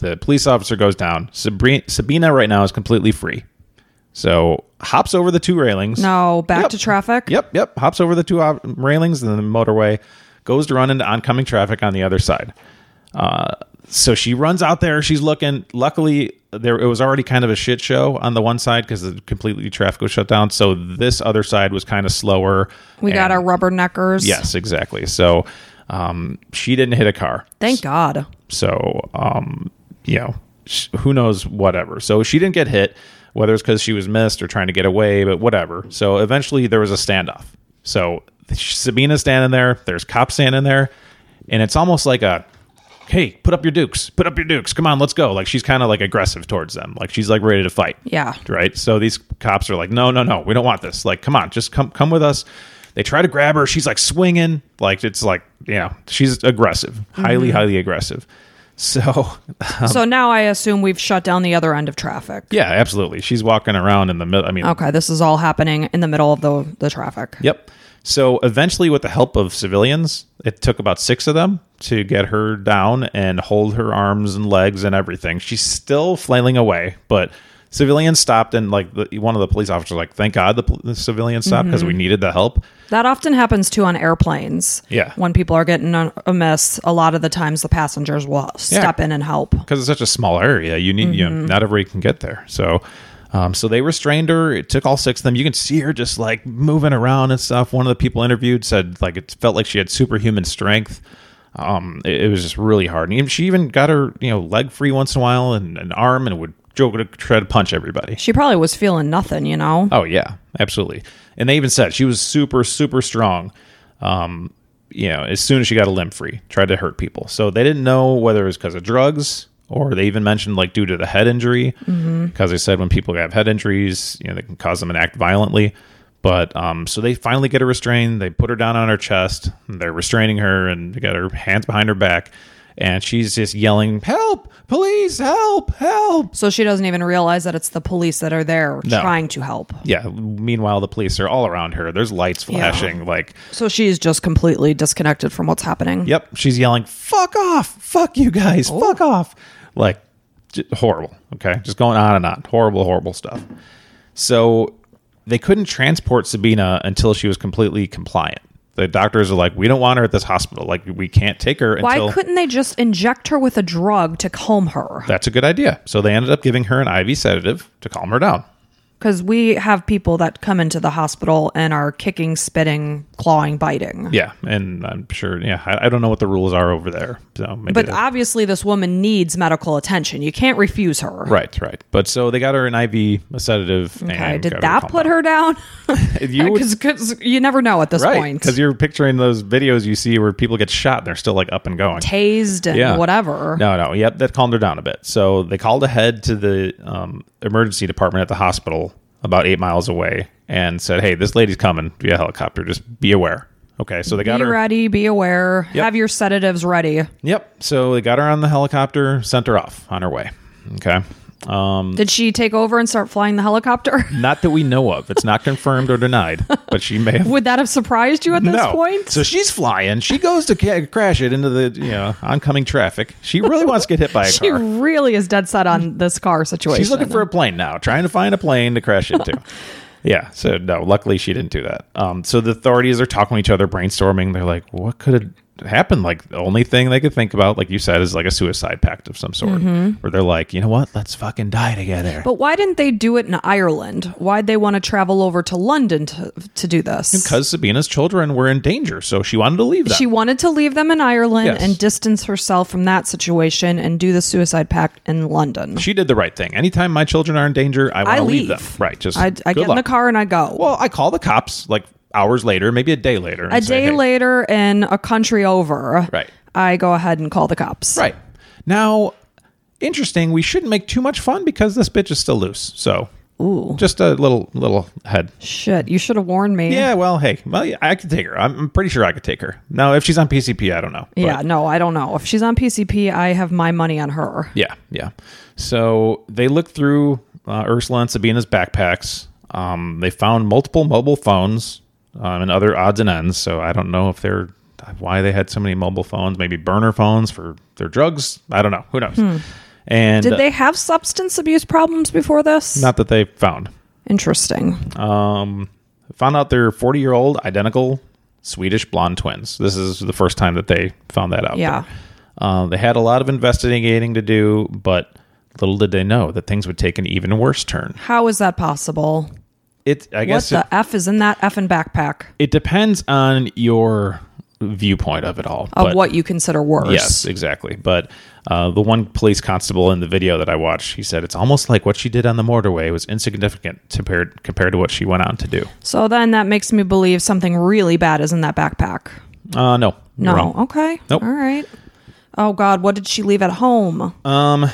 A: The police officer goes down. Sabri- Sabina right now is completely free. So hops over the two railings.
B: No, back
A: Yep.
B: to traffic.
A: Yep, yep. Hops over the two op- railings and the motorway, goes to run into oncoming traffic on the other side. Uh, so she runs out there. She's looking. Luckily, there it was already kind of a shit show on the one side because the completely traffic was shut down. So this other side was kind of slower.
B: We got our
A: and-
B: rubberneckers.
A: yes, exactly. So um, she didn't hit a car.
B: Thank God.
A: So, um, you know, sh- who knows, whatever. So she didn't get hit, whether it's because she was missed or trying to get away, but whatever. So eventually there was a standoff. So Sabina's standing there, there's cops standing there, and it's almost like a, hey, put up your dukes, put up your dukes, come on, let's go. Like she's kind of like aggressive towards them, like she's like ready to fight
B: Yeah.
A: right? So these cops are like, no, no, no, we don't want this. Like, come on, just come, come with us. They try to grab her. She's like swinging, like it's like, you know, she's aggressive, highly, highly aggressive. So [laughs]
B: so now I assume we've shut down the other end of traffic.
A: yeah, absolutely. She's walking around in the middle. I mean,
B: Okay, this is all happening in the middle of the, the traffic.
A: Yep. So eventually, with the help of civilians, it took about six of them to get her down and hold her arms and legs and everything. She's still flailing away, but civilians stopped and like the, one of the police officers, was like, thank God the, pol- the civilians stopped because we needed the help.
B: That often happens too on airplanes.
A: Yeah.
B: When people are getting a a miss, a lot of the times the passengers will step in and help.
A: because it's such a small area. You need, you know, not everybody can get there. So, um, so they restrained her. It took all six of them. You can see her just like moving around and stuff. One of the people interviewed said like it felt like she had superhuman strength. Um, it, it was just really hard. And even- she even got her, you know, leg free once in a while and an arm and would joke to try to punch everybody.
B: She probably was feeling nothing, you know?
A: Oh yeah, absolutely. And they even said she was super, super strong. Um, you know, as soon as she got a limb free, tried to hurt people. So they didn't know whether it was because of drugs or they even mentioned like due to the head injury. Because they said when people have head injuries, you know, they can cause them to act violently. But um, so they finally get her restrained. They put her down on her chest. They're restraining her and they got her hands behind her back. And she's just yelling, "Help! Police! Help! Help!"
B: So she doesn't even realize that it's the police that are there
A: No.
B: trying to help.
A: yeah meanwhile the police are all around her there's lights flashing like
B: So she's just completely disconnected from what's happening.
A: yep she's yelling fuck off fuck you guys
B: Oh.
A: fuck off like j- horrible okay just going on and on horrible horrible stuff so they couldn't transport sabina until she was completely compliant the doctors are like we don't want her at this hospital like we can't take her
B: Why
A: until
B: couldn't they just inject her with a drug to calm her?
A: that's a good idea so they ended up giving her an iv sedative to calm her down
B: Because we have people that come into the hospital and are kicking, spitting, clawing, biting.
A: Yeah, and I'm sure. Yeah, I, I don't know what the rules are over there. So maybe
B: But
A: they-
B: obviously, this woman needs medical attention. You can't refuse her.
A: right, right. But so they got her an IV, a sedative.
B: Okay.
A: and
B: Did
A: got
B: that
A: calmed
B: put
A: down.
B: her down? [laughs]
A: If [laughs] you would-
B: Because you never know at this
A: right?
B: point.
A: Because you're picturing those videos you see where people get shot and they're still like up and going.
B: tased and
A: Yeah.
B: whatever.
A: No, no. Yep, that calmed her down a bit. So they called ahead to the um, emergency department at the hospital about eight miles away and said, "Hey, this lady's coming via helicopter. Just be aware." Okay, so they got
B: Be
A: her.
B: ready. Be aware. Have your sedatives ready.
A: Yep. So they got her on the helicopter, sent her off on her way. Okay. Um,
B: Did she take over and start flying the helicopter? [laughs]
A: not that we know of. It's not confirmed or denied, but she may have
B: Would that have surprised you at this
A: no.
B: point?
A: So she's flying. She goes to ca- crash it into the you know oncoming traffic. She really wants to get
B: [laughs]
A: hit by a
B: she
A: car.
B: really is dead set on this car situation.
A: She's looking for a plane now, trying to find a plane to crash
B: [laughs]
A: into. yeah. So no, luckily she didn't do that. Um, so the authorities are talking to each other, brainstorming. They're like, what could have happened? Like the only thing they could think about, like you said, is like a suicide pact of some sort, where they're like, you know what? Let's fucking die together.
B: Mm-hmm. But why didn't they do it in Ireland? Why'd they want to travel over to London to, to do this?
A: Because Sabina's children were in danger, so she wanted to leave them.
B: she wanted to leave them in Ireland
A: Yes.
B: and distance herself from that situation and do the suicide pact in London.
A: she did the right thing. Anytime my children are in danger, I want
B: I
A: to leave
B: leave.
A: them. Right. Just
B: I, I
A: good
B: get in the
A: luck.
B: car and I go.
A: Well, I call the cops like hours later, maybe a day later. and
B: a
A: say,
B: day
A: "Hey."
B: later in a country over,
A: Right.
B: I go ahead and call the cops.
A: Right. Now, interesting, we shouldn't make too much fun because this bitch is still loose. So
B: Ooh,
A: just a little little head.
B: shit! You should have warned me.
A: Yeah, well, hey, well, yeah, I could take her. I'm, I'm pretty sure I could take her. Now, if she's on PCP, I don't know. but-
B: Yeah, no, I don't know. If she's on PCP, I have my money on her.
A: Yeah, yeah. So they looked through uh, Ursula and Sabina's backpacks. Um, they found multiple mobile phones um, and other odds and ends. So I don't know if they're why they had so many mobile phones. Maybe burner phones for their drugs. I don't know. Who knows? And
B: Hmm. Did they have substance abuse problems before this?
A: not that they found.
B: Interesting.
A: Um, found out they're 40 year old identical Swedish blonde twins. This is the first time that they found that out.
B: Yeah.
A: Uh, they had a lot of investigating to do, but little did they know that things would take an even worse turn.
B: How is that possible?
A: It, I
B: What
A: guess,
B: the
A: it,
B: f is in that effing backpack
A: it depends on your viewpoint of it all.
B: of
A: but-
B: what you consider worse?
A: Yes, exactly. But uh, the one police constable in the video that I watched, he said it's almost like what she did on the motorway was insignificant compared compared to what she went on to do.
B: So then that makes me believe something really bad is in that backpack.
A: Uh, no,
B: No.
A: you're wrong.
B: Okay.
A: Nope.
B: All right. Oh God, what did she leave at home?
A: Uh,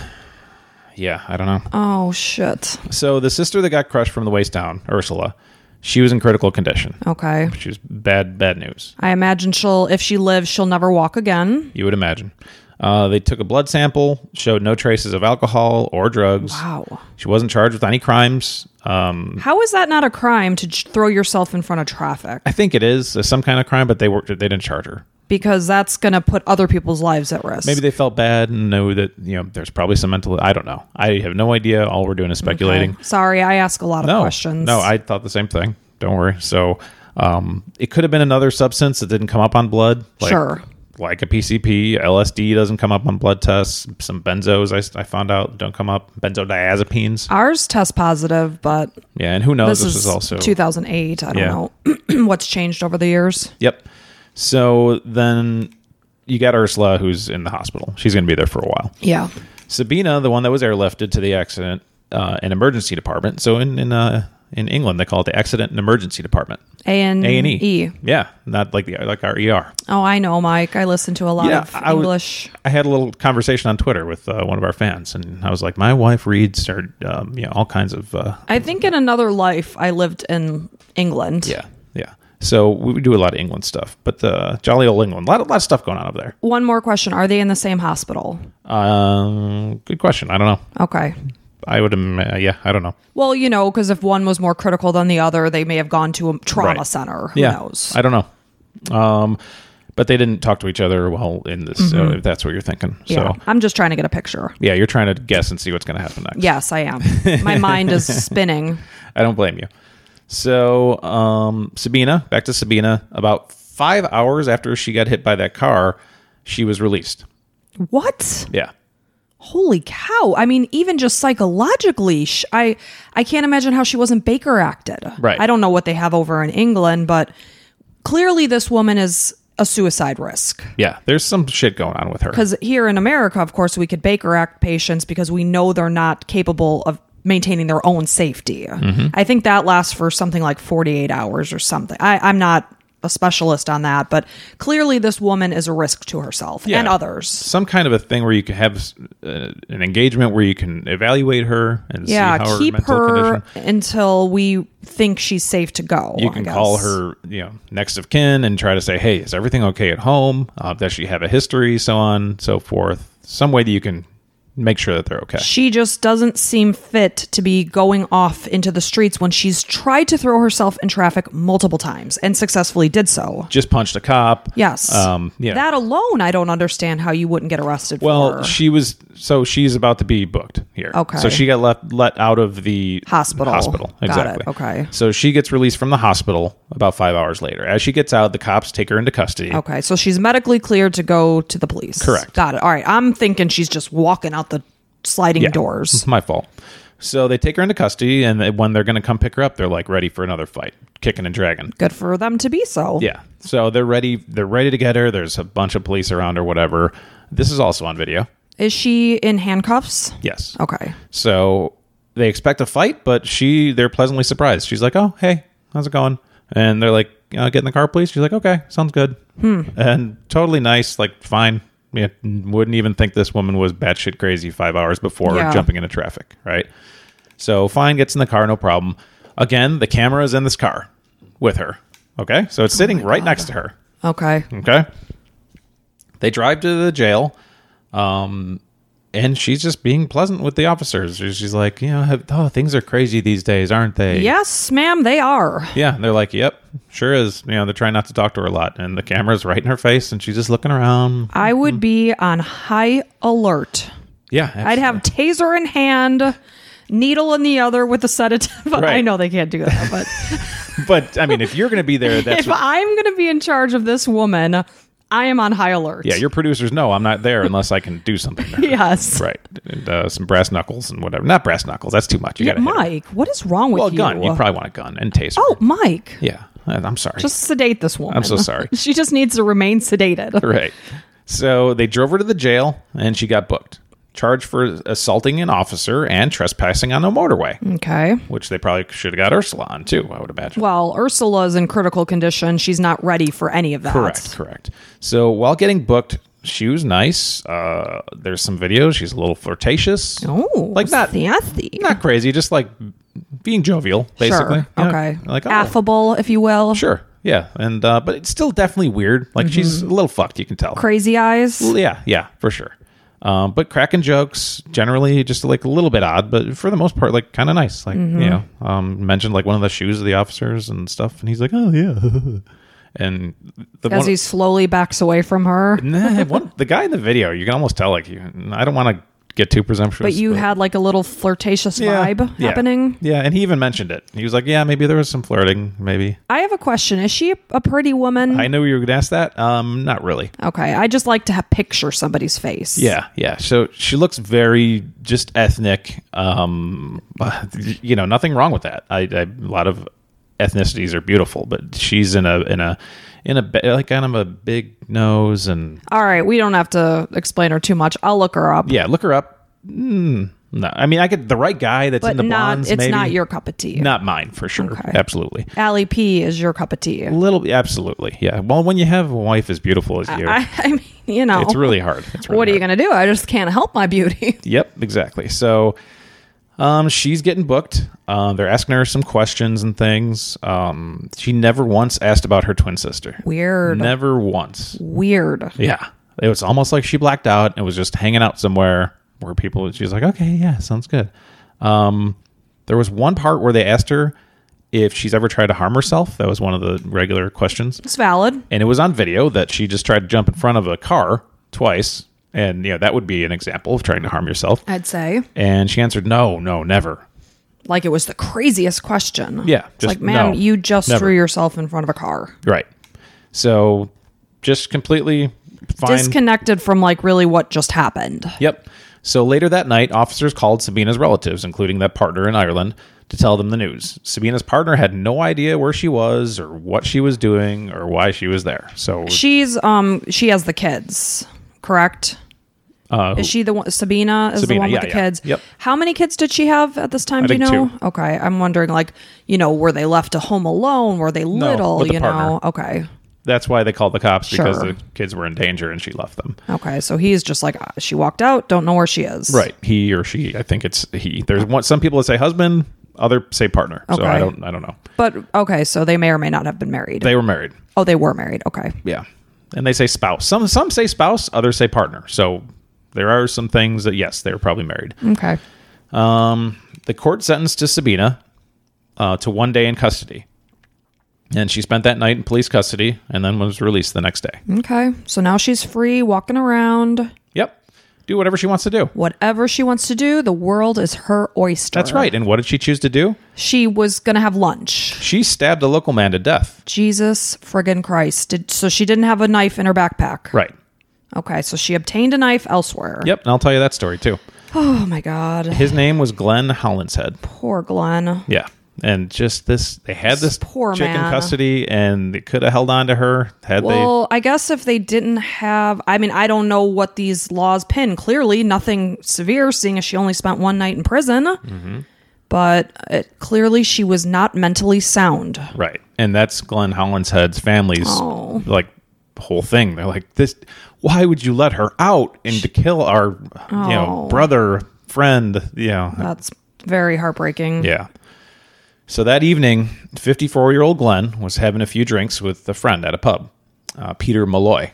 A: Yeah, I don't know.
B: oh shit.
A: So the sister that got crushed from the waist down, Ursula, she was in critical condition.
B: Okay.
A: She was bad, bad news.
B: I imagine she'll, if she lives, she'll never walk again.
A: You would imagine. Uh, they took a blood sample, showed no traces of alcohol or drugs.
B: Wow.
A: She wasn't charged with any crimes. Um,
B: How is that not a crime to j- throw yourself in front of traffic?
A: I think it is some kind of crime, but they worked. They didn't charge her.
B: Because that's going to put other people's lives at risk.
A: Maybe they felt bad and know that you know there's probably some mental. I don't know. I have no idea. All we're doing is speculating.
B: Okay. Sorry, I ask a lot of
A: no,
B: questions.
A: No, I thought the same thing. Don't worry. So um, it could have been another substance that didn't come up on blood. Like,
B: Sure.
A: Like a PCP, LSD doesn't come up on blood tests. Some benzos I s- I, found out don't come up. Benzodiazepines.
B: Ours test positive, but
A: Yeah, and who knows?
B: this,
A: Oh, This,
B: is,
A: is also
B: 2008. I don't
A: Yeah.
B: know [clears throat] what's changed over the years.
A: Yep. So then you got Ursula, who's in the hospital. She's going to be there for a while.
B: Yeah.
A: Sabina, the one that was airlifted to the accident uh, and emergency department. So in in uh, in England, they call it the accident and emergency department.
B: A and
A: A and E. Yeah, not like the like our ER.
B: Oh, I know, Mike. I listen to a lot
A: Yeah,
B: of
A: I was-
B: English.
A: I had a little conversation on Twitter with uh, one of our fans, and I was like, "My wife reads or um, you know, all kinds of uh,
B: I think in another life, I lived in England.
A: yeah, yeah." So we would do a lot of England stuff, but uh, jolly old England, a lot, a lot of stuff going on over there.
B: One more question: Are they in the same hospital?
A: Um, good question. I don't know.
B: Okay.
A: I would, um, uh, yeah, I don't know.
B: Well, you know, because if one was more critical than the other, they may have gone to a trauma
A: Right.
B: center. Who
A: yeah,
B: knows?
A: I don't know. Um, but they didn't talk to each other while in this. So if that's what you're thinking,
B: Mm-hmm. yeah.
A: so
B: I'm just trying to get a picture.
A: yeah, you're trying to guess and see what's going to happen next.
B: Yes, I am.
A: [laughs]
B: My mind is spinning.
A: I don't blame you. So, um, Sabina, back to Sabina, about five hours after she got hit by that car, she was released.
B: What?
A: Yeah.
B: holy cow i mean even just psychologically sh- i i can't imagine how she wasn't baker acted
A: Right.
B: i don't know what they have over in england but clearly this woman is a suicide risk
A: Yeah, there's some shit going on with her.
B: because here in america of course we could baker act patients because we know they're not capable of maintaining their own safety
A: Mm-hmm.
B: i think that lasts for something like 48 hours or something I, i'm not a specialist on that but clearly this woman is a risk to herself and
A: Yeah.
B: others
A: Some kind of a thing where you can have uh, an engagement where you can evaluate her and see how
B: yeah,
A: her
B: keep
A: mental
B: her
A: condition.
B: until we think she's safe to go.
A: You
B: I
A: can
B: guess.
A: call her, you know, next of kin and try to say, "Hey, is everything okay at home? Uh, does she have a history? So on, so forth. Some way that you can make sure that they're okay."
B: She just doesn't seem fit to be going off into the streets when she's tried to throw herself in traffic multiple times and successfully did so.
A: Just punched a cop.
B: Yes.
A: Um. Yeah.
B: That alone, I don't understand how you wouldn't get arrested for.
A: Well, she was so she's about to be booked here.
B: Okay.
A: So she got left let out of the
B: Hospital.
A: Hospital.
B: Got it.
A: Exactly.
B: Okay.
A: So she gets released from the hospital about five hours later. As she gets out, the cops take her into custody.
B: okay, so she's medically cleared to go to the police.
A: Correct.
B: Got it. All right. I'm thinking she's just walking out the sliding
A: Yeah. Mm-hmm.
B: doors.
A: It's [laughs] my fault. So they take her into custody, and they- when they're going to come pick her up, they're like ready for another fight, kicking and dragging.
B: Good for them to be so.
A: Yeah. So they're ready. They're ready to get her. There's a bunch of police around or whatever. This is also on video.
B: Is she in handcuffs?
A: Yes.
B: Okay.
A: So they expect a fight, but she they're pleasantly surprised. She's like, "Oh, hey, how's it going?" And they're like, uh, "Get in the car, please." She's like, "Okay, sounds good." And totally nice, like fine. Yeah, wouldn't even think this woman was batshit crazy five hours before
B: Yeah.
A: jumping into traffic, right? So fine, gets in the car, no problem. Again, the camera is in this car with her. Okay, so it's sitting right next to her.
B: Okay.
A: Okay. They drive to the jail. Um, and she's just being pleasant with the officers. She's she's like, you know, have, oh, things are crazy these days, aren't they?
B: Yes, ma'am, they are.
A: Yeah. And they're like, yep, sure is. You know, they're trying not to talk to her a lot. And the camera's right in her face and she's just looking around.
B: I would be on high alert.
A: Yeah.
B: I'd have taser in hand, needle in the other with a sedative. [laughs] I
A: Right.
B: know they can't do that, but
A: But I mean, if you're going to be there, [laughs] that's
B: [laughs] if
A: what,
B: I'm going to be in charge of this woman, I am on high alert.
A: yeah, your producers know I'm not there unless I can do something. to her.
B: [laughs] Yes.
A: Right. And uh, some brass knuckles and whatever. Not brass knuckles. That's too much. You got to hit her.
B: Mike, what is wrong with
A: Well, a
B: you?
A: gun. You probably want a gun and taser.
B: oh, Mike,
A: Yeah. I- I'm sorry.
B: just sedate this woman.
A: I'm so sorry.
B: [laughs] she just needs to remain sedated.
A: right. So they drove her to the jail and she got booked. Charged for assaulting an officer and trespassing on a motorway,
B: Hmm. Okay.
A: which they probably should have got Ursula on too, I would imagine.
B: Well, Ursula's in critical condition. She's not ready for any of that.
A: correct, correct. So while getting booked, she was nice. Uh, there's some videos. She's a little flirtatious.
B: Oh,
A: Like that-
B: Sassy.
A: Not crazy, just like being jovial, basically.
B: Sure.
A: Yeah.
B: Okay.
A: Like, oh,
B: affable, if you will.
A: sure. Yeah. And, uh, but it's still definitely weird. Like she's
B: Mm-hmm.
A: a little fucked, you can tell.
B: Crazy eyes.
A: Well, yeah, yeah, for sure. Um, but cracking jokes generally just like a little bit odd, but for the most part, like kind of nice. Like
B: Mm-hmm.
A: you know, um, mentioned like one of the shoes of the officers and stuff, and he's like, oh yeah, [laughs] and the
B: As
A: one,
B: he slowly backs away from her.
A: [laughs] Nah, one- the guy in the video, you can almost tell like you. I don't want to get too presumptuous,
B: But you had like a little flirtatious
A: Yeah,
B: vibe
A: yeah,
B: happening.
A: Yeah, and he even mentioned it. He was like, yeah, maybe there was some flirting, maybe.
B: I have a question. Is she a pretty woman?
A: I knew you were gonna ask that. Um, not really.
B: okay. I just like to have picture somebody's face.
A: Yeah, yeah. So she looks very just ethnic. Um, you know, nothing wrong with that. I, I a lot of ethnicities are beautiful, but she's in a in a in a bi- like kind of a big nose and
B: All right. We don't have to explain her too much. I'll look her up.
A: yeah. Look her up. Mm, no, I mean I could the right guy that's in
B: But
A: the
B: not,
A: blondes.
B: it's
A: maybe.
B: not your cup of tea.
A: not mine for sure.
B: Okay.
A: Absolutely.
B: Allie P is your cup of tea.
A: Little, absolutely, yeah. Well, when you have a wife as beautiful as you,
B: I, I mean, you know,
A: it's really hard. It's really
B: what are you
A: hard.
B: going to do? I just can't help my beauty. [laughs]
A: Yep, exactly. So um, she's getting booked. Uh, they're asking her some questions and things. Um, she never once asked about her twin sister.
B: Weird.
A: Never once.
B: Weird.
A: Yeah. It was almost like she blacked out and was just hanging out somewhere where people, she's like, okay, yeah, sounds good. Um, there was one part where they asked her if she's ever tried to harm herself. That was one of the regular questions
B: It's valid.
A: and it was on video that she just tried to jump in front of a car twice and you know that would be an example of trying to harm yourself
B: I'd say.
A: and she answered no no never
B: Like it was the craziest question.
A: Yeah,
B: It's
A: just
B: like, ma'am,
A: no,
B: you just
A: never.
B: threw yourself in front of a car.
A: right so just completely fine
B: Disconnected from like really what just happened.
A: yep So later that night, officers called Sabina's relatives, including that partner in Ireland, to tell them the news. Sabina's partner had no idea where she was or what she was doing or why she was there. So
B: She's um she has the kids, correct?
A: uh,
B: Is she the one? Sabina is the
A: Sabina,
B: one with
A: yeah,
B: the
A: yeah.
B: kids.
A: Yep.
B: How many kids did she have at this time? do you
A: think
B: know?
A: two.
B: Okay, I'm wondering, like, you know, were they left to home alone? Were they little?
A: with the
B: you know,
A: partner.
B: okay,
A: that's why they called the cops because
B: Sure.
A: the kids were in danger and she left them.
B: okay. So he's just like, uh, she walked out. Don't know where she is.
A: Right. He or she. I think it's he. There's one. Some people that say husband. Other say partner. So I
B: Okay.
A: don't. I don't know.
B: But okay, so they may or may not have been married.
A: They were married.
B: oh, they were married. Okay.
A: Yeah. And they say spouse. Some some say spouse. Others say partner. So there are some things that yes, they were probably married.
B: Okay.
A: Um, the court sentenced to Sabina uh, to one day in custody, and she spent that night in police custody, and then was released the next day.
B: Okay. So now she's free, walking around,
A: Yep. Do whatever she wants to do.
B: whatever she wants to do. The world is her oyster.
A: That's right. And what did she choose to do?
B: She was gonna have lunch.
A: She stabbed a local man to death.
B: Jesus friggin' Christ! Did so she didn't have a knife in her backpack.
A: Right.
B: Okay, so she obtained a knife elsewhere.
A: Yep. And I'll tell you that story too.
B: Oh my God.
A: His name was Glenn Hollinshead.
B: Poor Glenn.
A: Yeah. And just this, they had this
B: Poor
A: chick in
B: man.
A: custody and they could have held on to her had
B: Well, I guess if they didn't have, I mean, I don't know what these laws pin. Clearly, nothing severe, seeing as she only spent one night in prison.
A: Mm-hmm.
B: But it, clearly, she was not mentally sound.
A: they. Right. And that's Glenn Hollinshead's family's
B: Oh.
A: like whole thing. They're like, this, why would you let her out and to kill our, you know,
B: Oh.
A: brother, friend? You know,
B: That's very heartbreaking.
A: yeah. So that evening, 54 year old Glenn was having a few drinks with a friend at a pub, uh, Peter Malloy,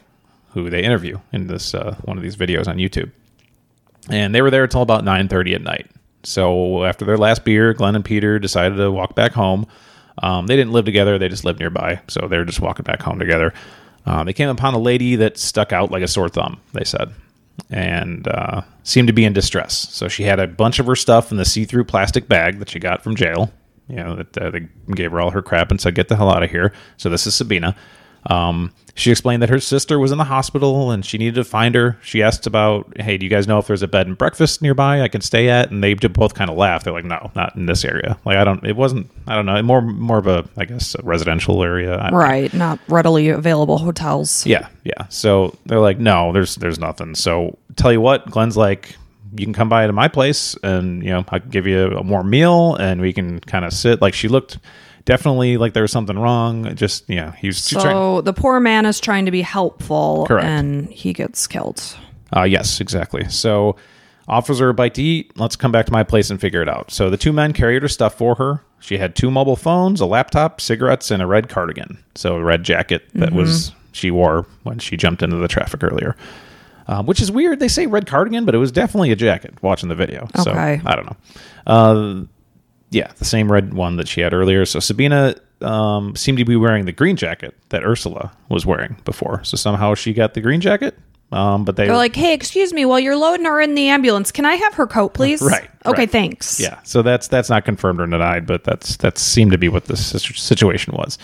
A: who they interview in this uh, one of these videos on YouTube. And they were there until about 9.30 at night. So after their last beer, Glenn and Peter decided to walk back home. Um, they didn't live together. They just lived nearby. So they were just walking back home together. Uh, they came upon a lady that stuck out like a sore thumb, they said, and uh, seemed to be in distress. So she had a bunch of her stuff in the see through plastic bag that she got from jail. You know, that uh, they gave her all her crap and said, get the hell out of here. So this is Sabina. Um, she explained that her sister was in the hospital and she needed to find her. She asked about, hey, do you guys know if there's a bed and breakfast nearby I can stay at? And they just both kind of laughed. They're like, no, not in this area. Like, I don't, it wasn't, I don't know, more, more of a, I guess, a residential area. I don't
B: Right. Not readily available hotels.
A: yeah, yeah. So they're like, no, there's there's nothing. So tell you what, Glenn's like, you can come by to my place, and you know I can give you a warm meal, and we can kind of sit. Like she looked definitely like there was something wrong. Just you know, he was she's trying.
B: So the poor man is trying to be helpful
A: Correct.
B: and he gets killed.
A: Uh, yes, exactly. So, officer, a bite to eat. Let's come back to my place and figure it out. So, the two men carried her stuff for her. She had two mobile phones, a laptop, cigarettes, and a red cardigan. So, a red jacket that
B: Mm-hmm.
A: was she wore when she jumped into the traffic earlier. Um, which is weird. They say red cardigan, but it was definitely a jacket watching the video. So,
B: Okay.
A: I don't know. Uh, yeah, the same red one that she had earlier. So Sabina um, seemed to be wearing the green jacket that Ursula was wearing before. So somehow she got the green jacket. Um, but they
B: They're like, hey, excuse me, while you're loading her in the ambulance, can I have her coat, please?
A: Right,
B: Okay,
A: right.
B: thanks.
A: Yeah. So that's that's not confirmed or denied, but that's that seemed to be what the situ- situation was.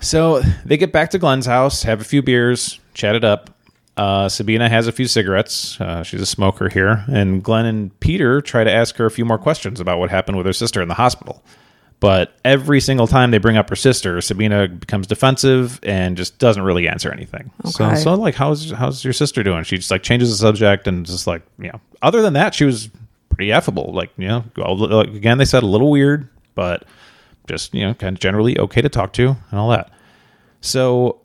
A: So they get back to Glenn's house, have a few beers, chat it up. Uh, Sabina has a few cigarettes. Uh, she's a smoker here, and Glenn and Peter try to ask her a few more questions about what happened with her sister in the hospital. But every single time they bring up her sister, Sabina becomes defensive and just doesn't really answer anything. So,
B: Okay.
A: so like, how's how's your sister doing? She just like changes the subject and just like, you know. Other than that, she was pretty affable. Like, you know, well, like, again, they said a little weird, but just you know, kind of generally okay to talk to and all that. So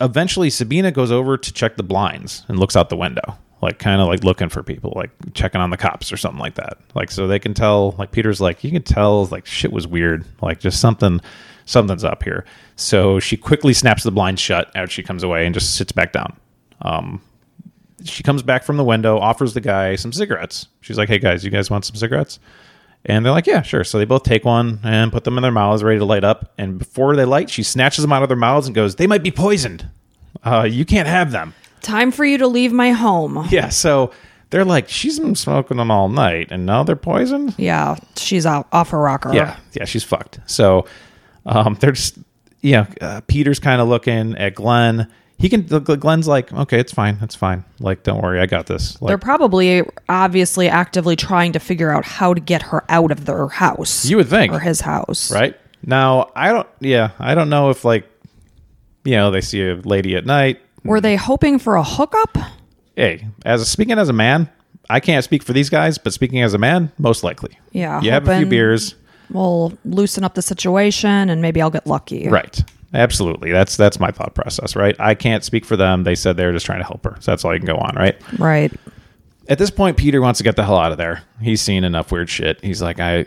A: eventually Sabina goes over to check the blinds and looks out the window, like kind of like looking for people, like checking on the cops or something like that. Like so they can tell like Peter's like you can tell like shit was weird, like just something something's up here. So she quickly snaps the blind shut, out she comes away and just sits back down. Um she comes back from the window, offers the guy some cigarettes. She's like, "Hey guys, you guys want some cigarettes?" And they're like, "Yeah, sure." So they both take one and put them in their mouths, ready to light up. And before they light, she snatches them out of their mouths and goes, "They might be poisoned. Uh, you can't have them."
B: Time for you to leave my home.
A: Yeah. So they're like, "She's been smoking them all night, and now they're poisoned."
B: Yeah, she's out off her rocker.
A: Yeah, yeah, she's uh, fucked. So um, they're just, you know, uh, Peter's kind of looking at Glenn. He can. Glenn's like, okay, it's fine, it's fine. Like, don't worry, I got this.
B: They're
A: Like,
B: probably obviously actively trying to figure out how to get her out of their house.
A: you would think,
B: or his house.
A: right? Now, I don't. Yeah, I don't know if like, you know, they see a lady at night.
B: Were they hoping for a hookup?
A: Hey, as speaking as a man, I can't speak for these guys, but speaking as a man, most likely.
B: Yeah,
A: you have a few
B: hoping-
A: beers.
B: We'll loosen up the situation and maybe I'll get lucky.
A: Right. Absolutely. That's that's my thought process, right? I can't speak for them. They said they're just trying to help her. So that's all I can go on, right?
B: Right.
A: At this point, Peter wants to get the hell out of there. He's seen enough weird shit. He's like, I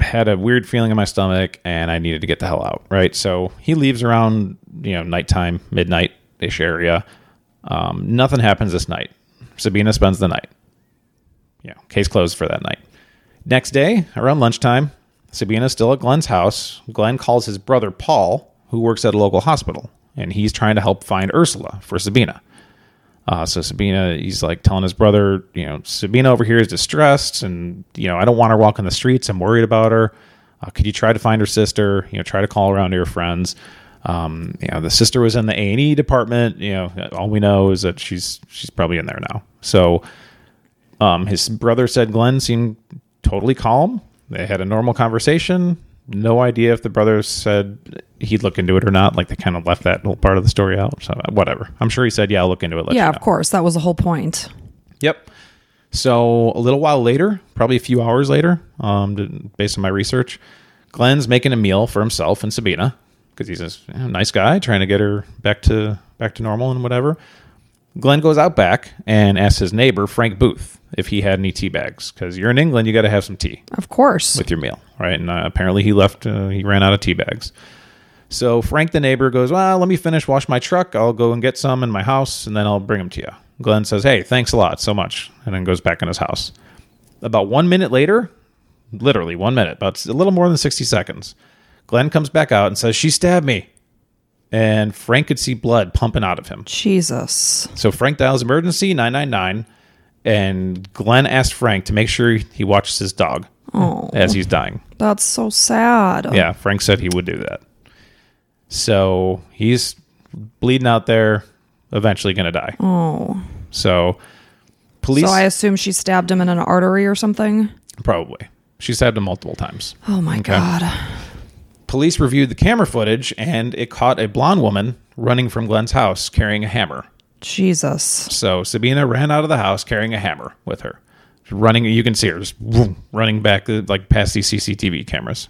A: had a weird feeling in my stomach and I needed to get the hell out, right? So he leaves around, you know, nighttime, midnight ish area. Um, nothing happens this night. Sabina spends the night. Yeah, case closed for that night. Next day, around lunchtime, Sabina's still at Glenn's house. Glenn calls his brother Paul, who works at a local hospital, and he's trying to help find Ursula for Sabina. Uh, so Sabina, he's like telling his brother, you know, Sabina over here is distressed, and you know, I don't want her walking the streets. I'm worried about her. Uh, could you try to find her sister? You know, try to call around to your friends. Um, you know, the sister was in the A and E department. You know, all we know is that she's she's probably in there now. So um, his brother said Glenn seemed totally calm. They had a normal conversation. No idea if the brother said he'd look into it or not. Like they kind of left that whole part of the story out. So whatever. I'm sure he said, "Yeah, I'll look into it." Let
B: yeah,
A: you know.
B: of course. That was the whole point.
A: Yep. So a little while later, probably a few hours later, um, to- based on my research, Glenn's making a meal for himself and Sabina because he's a s- you know, nice guy trying to get her back to back to normal and whatever. Glenn goes out back and asks his neighbor Frank Booth if he had any tea bags because you're in England, you got to have some tea
B: Of course.
A: with your meal, right? And uh, apparently he left, uh, he ran out of tea bags. So Frank, the neighbor, goes, Well, let me finish, wash my truck. I'll go and get some in my house, and then I'll bring them to you. Glenn says, Hey, thanks a lot so much, and then goes back in his house. About one minute later, literally one minute, about a little more than 60 seconds, Glenn comes back out and says, She stabbed me. And Frank could see blood pumping out of him.
B: Jesus.
A: So Frank dials emergency 999, and Glenn asked Frank to make sure he watches his dog
B: Oh,
A: as he's dying.
B: that's so sad.
A: Yeah, Frank said he would do that. So he's bleeding out there, eventually going to die.
B: Oh.
A: So police
B: So I assume she stabbed him in an artery or something.
A: probably. She stabbed him multiple times.
B: Oh my god.
A: Police reviewed the camera footage and it caught a blonde woman running from Glenn's house carrying a hammer.
B: Jesus.
A: So Sabina ran out of the house carrying a hammer with her, running. You can see her just vroom, running back uh, like past these CCTV cameras.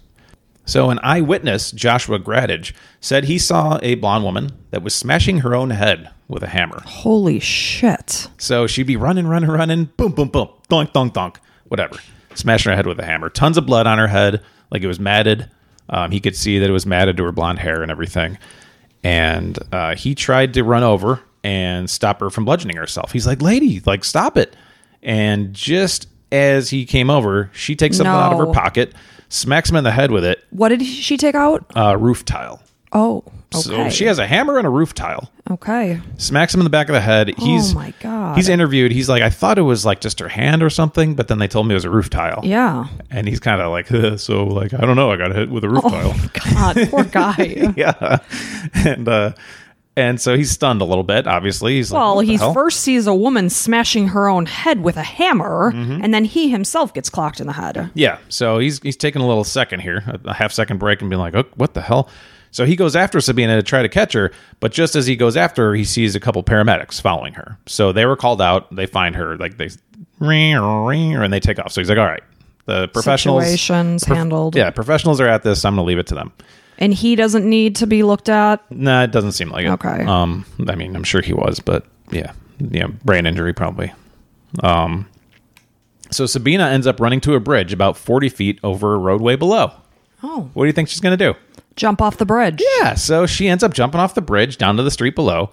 A: So an eyewitness, Joshua Gradage, said he saw a blonde woman that was smashing her own head with a hammer.
B: Holy shit.
A: So she'd be running, running, running, boom, boom, boom, thunk, thunk, thunk, whatever, smashing her head with a hammer. Tons of blood on her head, like it was matted. Um, he could see that it was matted to her blonde hair and everything. And uh, he tried to run over and stop her from bludgeoning herself. He's like, "Lady, like stop it!" And just as he came over, she takes something out of her
B: No.
A: pocket, smacks him in the head with it.
B: What did she take out?
A: Uh, roof tile.
B: Oh. Okay.
A: So she has a hammer and a roof tile
B: okay.
A: smacks him in the back of the head. He's
B: Oh my God.
A: He's interviewed. He's like, I thought it was like just her hand or something, but then they told me it was a roof tile.
B: Yeah.
A: And he's kind of like, "Huh, so like I don't know, I got hit with a
B: Oh.
A: roof tile. [laughs]
B: God, poor guy.
A: yeah, and uh, and so he's stunned a little bit. Obviously, he's like,
B: Well,
A: "What the
B: he
A: hell?"
B: first sees a woman smashing her own head with a hammer,
A: Mm-hmm.
B: and then he himself gets clocked in the head.
A: Yeah, so he's he's taking a little second here, a- a half second break, and being like, oh, "What the hell?" So he goes after Sabina to try to catch her, but just as he goes after her, he sees a couple paramedics following her. So they were called out. They find her, like they, and they take off. So he's like, "All right, the professionals,
B: Situations handled.
A: yeah, professionals are at this. I'm going to leave it to them."
B: And he doesn't need to be looked at.
A: No, it doesn't seem like it.
B: Okay.
A: Um, I mean, I'm sure he was, but yeah, yeah, brain injury probably. Um, so Sabina ends up running to a bridge about 40 feet over a roadway below.
B: Oh.
A: What do you think she's going to do?
B: Jump off the bridge.
A: Yeah, so she ends up jumping off the bridge down to the street below.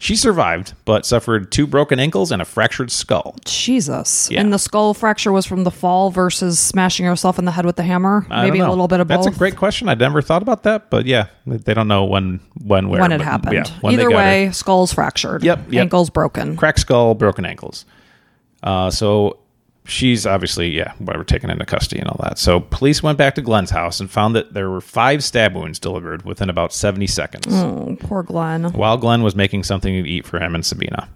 A: She survived, but suffered two broken ankles and a fractured skull.
B: Jesus.
A: Yeah.
B: And the skull fracture was from the fall versus smashing herself in the head with the hammer?
A: I
B: Maybe
A: don't
B: a
A: know.
B: little bit of
A: That's
B: both.
A: a great question. I'd never thought about that, but yeah, they don't know when, when, where,
B: when it
A: but,
B: happened.
A: Yeah, when they
B: Either
A: got her.
B: way, skull's fractured.
A: Yep, yep.
B: Ankle's broken.
A: cracked skull, broken ankles. Uh, so she's obviously yeah whatever taken into custody and all that so police went back to glenn's house and found that there were five stab wounds delivered within about 70 seconds
B: Oh, poor Glenn.
A: while glenn was making something to eat for him and sabina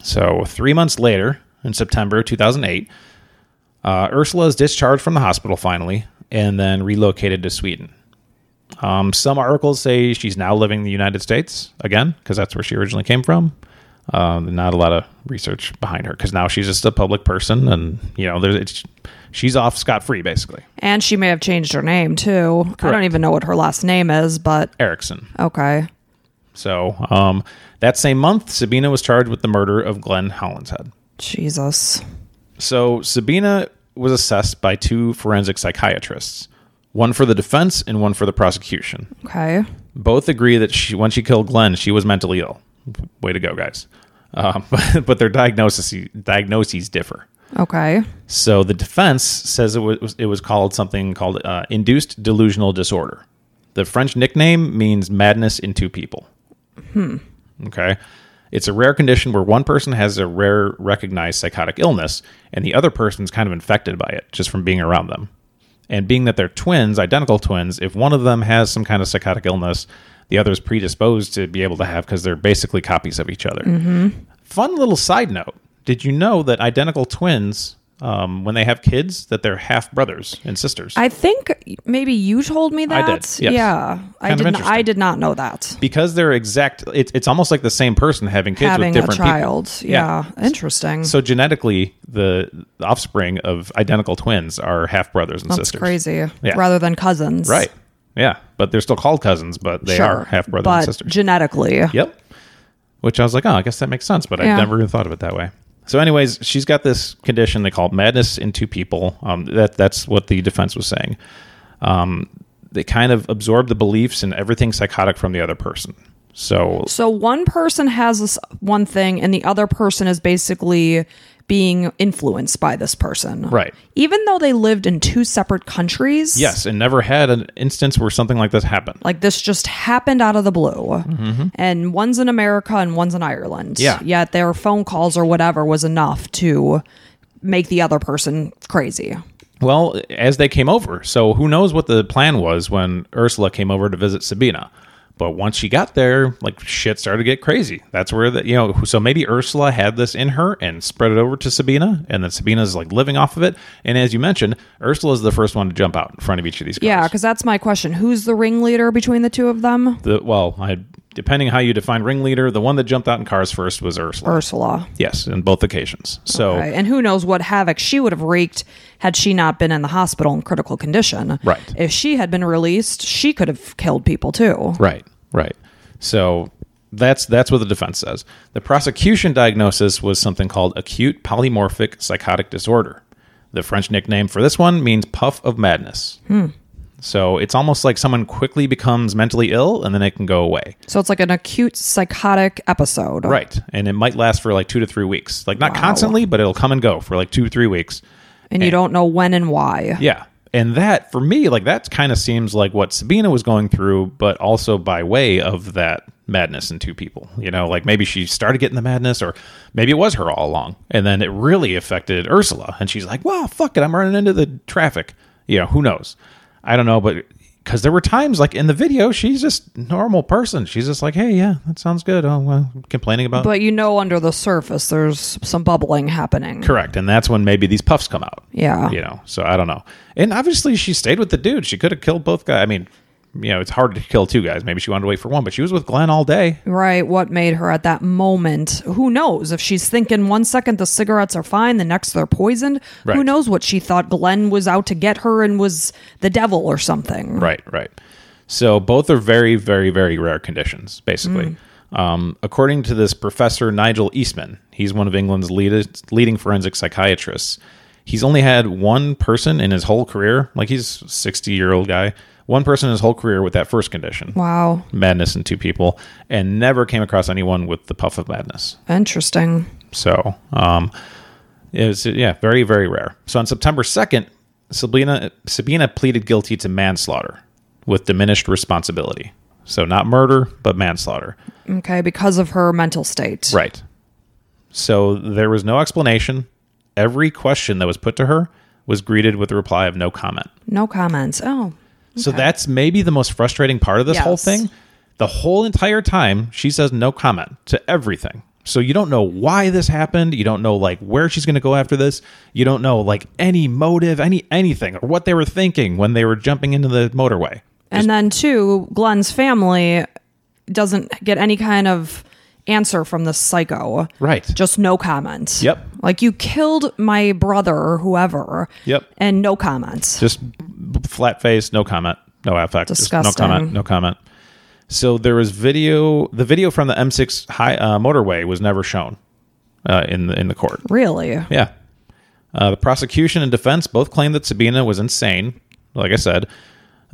A: so three months later in september 2008 uh, ursula is discharged from the hospital finally and then relocated to sweden um, some articles say she's now living in the united states again because that's where she originally came from um, not a lot of research behind her because now she's just a public person, and you know, there's it's, she's off scot free basically.
B: And she may have changed her name too. I don't
A: Correct.
B: even know what her last name is, but
A: Erickson.
B: okay.
A: So um, that same month, Sabina was charged with the murder of Glenn Hollinshead.
B: Jesus.
A: So Sabina was assessed by two forensic psychiatrists, one for the defense and one for the prosecution.
B: Okay.
A: Both agree that she, when she killed Glenn, she was mentally ill. Way to go, guys! Um, [laughs] but, but their diagnoses diagnoses differ.
B: Okay.
A: So the defense says it was it was called something called uh, induced delusional disorder. The French nickname means madness in two people. Hmm. Okay. It's a rare condition where one person has a rare recognized psychotic illness and the other person's kind of infected by it just from being around them. And being that they're twins, identical twins, if one of them has some kind of psychotic illness, the other's predisposed to be able to have because they're basically copies of each other.
B: Mm-hmm.
A: Fun little side note: Did you know that identical twins, um, when they have kids, that they're half brothers and sisters?
B: I think maybe you told me
A: I
B: that.
A: did, yes.
B: Yeah. I
A: Kind of
B: did not, I
A: interesting.
B: did not know that.
A: because they're exact, it's it's almost like the same person having kids with
B: Having a
A: different people.
B: child. Yeah. Interesting.
A: So genetically, the the offspring of identical twins are half brothers and
B: That's
A: sisters.
B: crazy.
A: Yeah.
B: Rather than cousins.
A: right? Yeah, but they're still called cousins, but they
B: sure.
A: are half brothers
B: but
A: and sisters.
B: Genetically.
A: Yep. Which I was like, oh, I guess that makes sense, but
B: Yeah.
A: I never even thought of it that way. So, anyways, she's got this condition they call it madness in two people. Um, that that's what the defense was saying. Um, they kind of absorb the beliefs and everything psychotic from the other person. So,
B: So one person has this one thing, and the other person is basically being influenced by this person.
A: Right.
B: Even though they lived in two separate countries.
A: yes, and never had an instance where something like this happened.
B: Like this just happened out of the blue. And one's in America and one's in Ireland.
A: Mm-hmm. Yeah.
B: Yet their phone calls or whatever was enough to make the other person crazy.
A: Well, as they came over. So who knows what the plan was when Ursula came over to visit Sabina. But once she got there, like shit started to get crazy. That's where the you know, so maybe Ursula had this in her and spread it over to Sabina and then Sabina's like living off of it. And as you mentioned, Ursula's the first one to jump out in front of each of these girls.
B: Yeah, because that's my question. Who's the ringleader between the two of them?
A: The, well, I depending how you define ringleader, the one that jumped out in cars first was Ursula.
B: Ursula.
A: yes, in both occasions. So
B: Right. And who knows what havoc she would have wreaked had she not been in the hospital in critical condition.
A: Right.
B: If she had been released, she could have killed people too.
A: Right, right. So that's that's what the defense says. The prosecution diagnosis was something called acute polymorphic psychotic disorder. The French nickname for this one means puff of madness. So it's almost like someone quickly becomes mentally ill and then it can go away.
B: So it's like an acute psychotic episode.
A: Right. And it might last for like two to three weeks. Like not
B: Wow.
A: constantly, but it'll come and go for like two to three weeks.
B: And you don't know when and why.
A: Yeah. And that for me, like that kind of seems like what Sabina was going through, but also by way of that madness in two people. You know, like maybe she started getting the madness, or maybe it was her all along. And then it really affected Ursula. And she's like, wow, fuck it. I'm running into the traffic. You know, who knows? I don't know. But because there were times like in the video, she's just normal person. She's just like, hey, yeah, that sounds good. Oh, well, complaining about.
B: But you know, under the surface, there's some bubbling happening.
A: Correct. And that's when maybe these puffs come out.
B: Yeah.
A: You know, so I don't know. And obviously she stayed with the dude. She could have killed both guys. I mean, you know, it's hard to kill two guys. Maybe she wanted to wait for one, but she was with Glenn all day.
B: Right. What made her at that moment? Who knows? If she's thinking one second the cigarettes are fine, the next they're poisoned, who
A: Right.
B: knows what she thought Glenn was out to get her and was the devil or something.
A: Right, right. So both are very, very, very rare conditions, basically. Um, according to this professor, Nigel Eastman, he's one of England's lead- leading forensic psychiatrists. He's only had one person in his whole career, like he's a 60 year old guy, one person in his whole career with that first condition.
B: Wow.
A: madness in two people and never came across anyone with the puff of madness.
B: Interesting.
A: So, um, it was, yeah, very, very rare. So on September 2nd, Sabina, Sabina pleaded guilty to manslaughter with diminished responsibility. So not murder, but manslaughter.
B: Okay. Because of her mental state.
A: Right. So there was no explanation. every question that was put to her was greeted with a reply of no comment.
B: No comments. Oh,
A: So that's maybe the most frustrating part of this whole
B: Yes.
A: thing. The whole entire time, she says no comment to everything. So you don't know why this happened. You don't know like where she's going to go after this. You don't know like any motive, any anything, or what they were thinking when they were jumping into the motorway.
B: and then two, Glenn's family doesn't get any kind of answer from the psycho.
A: Right.
B: Just no comment.
A: Yep.
B: Like you killed my brother or whoever.
A: Yep.
B: And no comments.
A: Just flat face, no comment, no affect. just
B: Disgusting.
A: no comment. No comment. So there was video. The video from the M6 high uh, motorway was never shown uh, in the in the court.
B: Really?
A: Yeah. Uh, the prosecution and defense both claimed that Sabina was insane, like I said,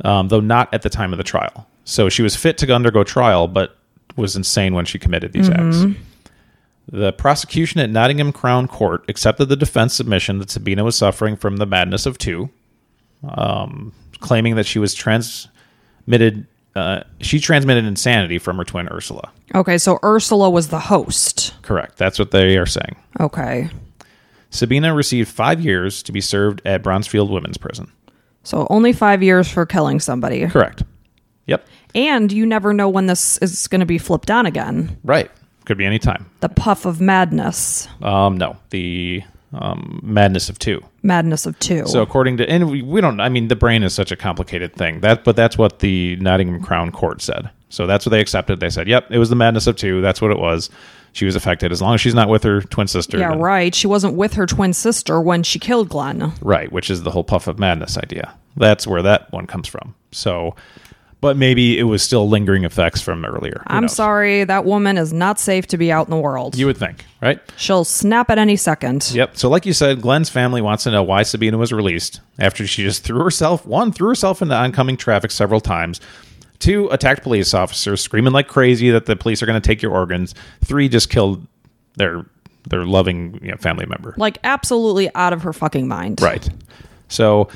A: um, though not at the time of the trial. So she was fit to undergo trial, but was insane when she committed these acts. The prosecution at Nottingham Crown Court accepted the defense submission that Sabina was suffering from the madness of two, um, claiming that she was transmitted. Uh, she transmitted insanity from her twin Ursula.
B: Okay, so Ursula was the host.
A: Correct. That's what they are saying.
B: Okay.
A: Sabina received five years to be served at Bronzefield Women's Prison.
B: So only five years for killing somebody.
A: Correct. Yep.
B: And you never know when this is going to be flipped on again.
A: Right. Could be any time.
B: The puff of madness,
A: Um, no, the um, madness of two.
B: madness of two.
A: So according to, and we, we don't. I mean, the brain is such a complicated thing. That, but that's what the Nottingham Crown Court said. So that's what they accepted. They said, "Yep, it was the madness of two. That's what it was. She was affected. As long as she's not with her twin sister,
B: yeah,
A: then-
B: right. She wasn't with her twin sister when she killed Glenn.
A: Right, which is the whole puff of madness idea. That's where that one comes from. So, but maybe it was still lingering effects from earlier. Who
B: I'm
A: knows?
B: sorry, that woman is not safe to be out in the world.
A: You would think, right?
B: She'll snap at any second.
A: Yep. So, like you said, Glenn's family wants to know why Sabina was released after she just threw herself one threw herself into oncoming traffic several times. Two attacked police officers, screaming like crazy that the police are going to take your organs. Three just killed their their loving you know, family member.
B: Like, absolutely out of her fucking mind.
A: Right. So,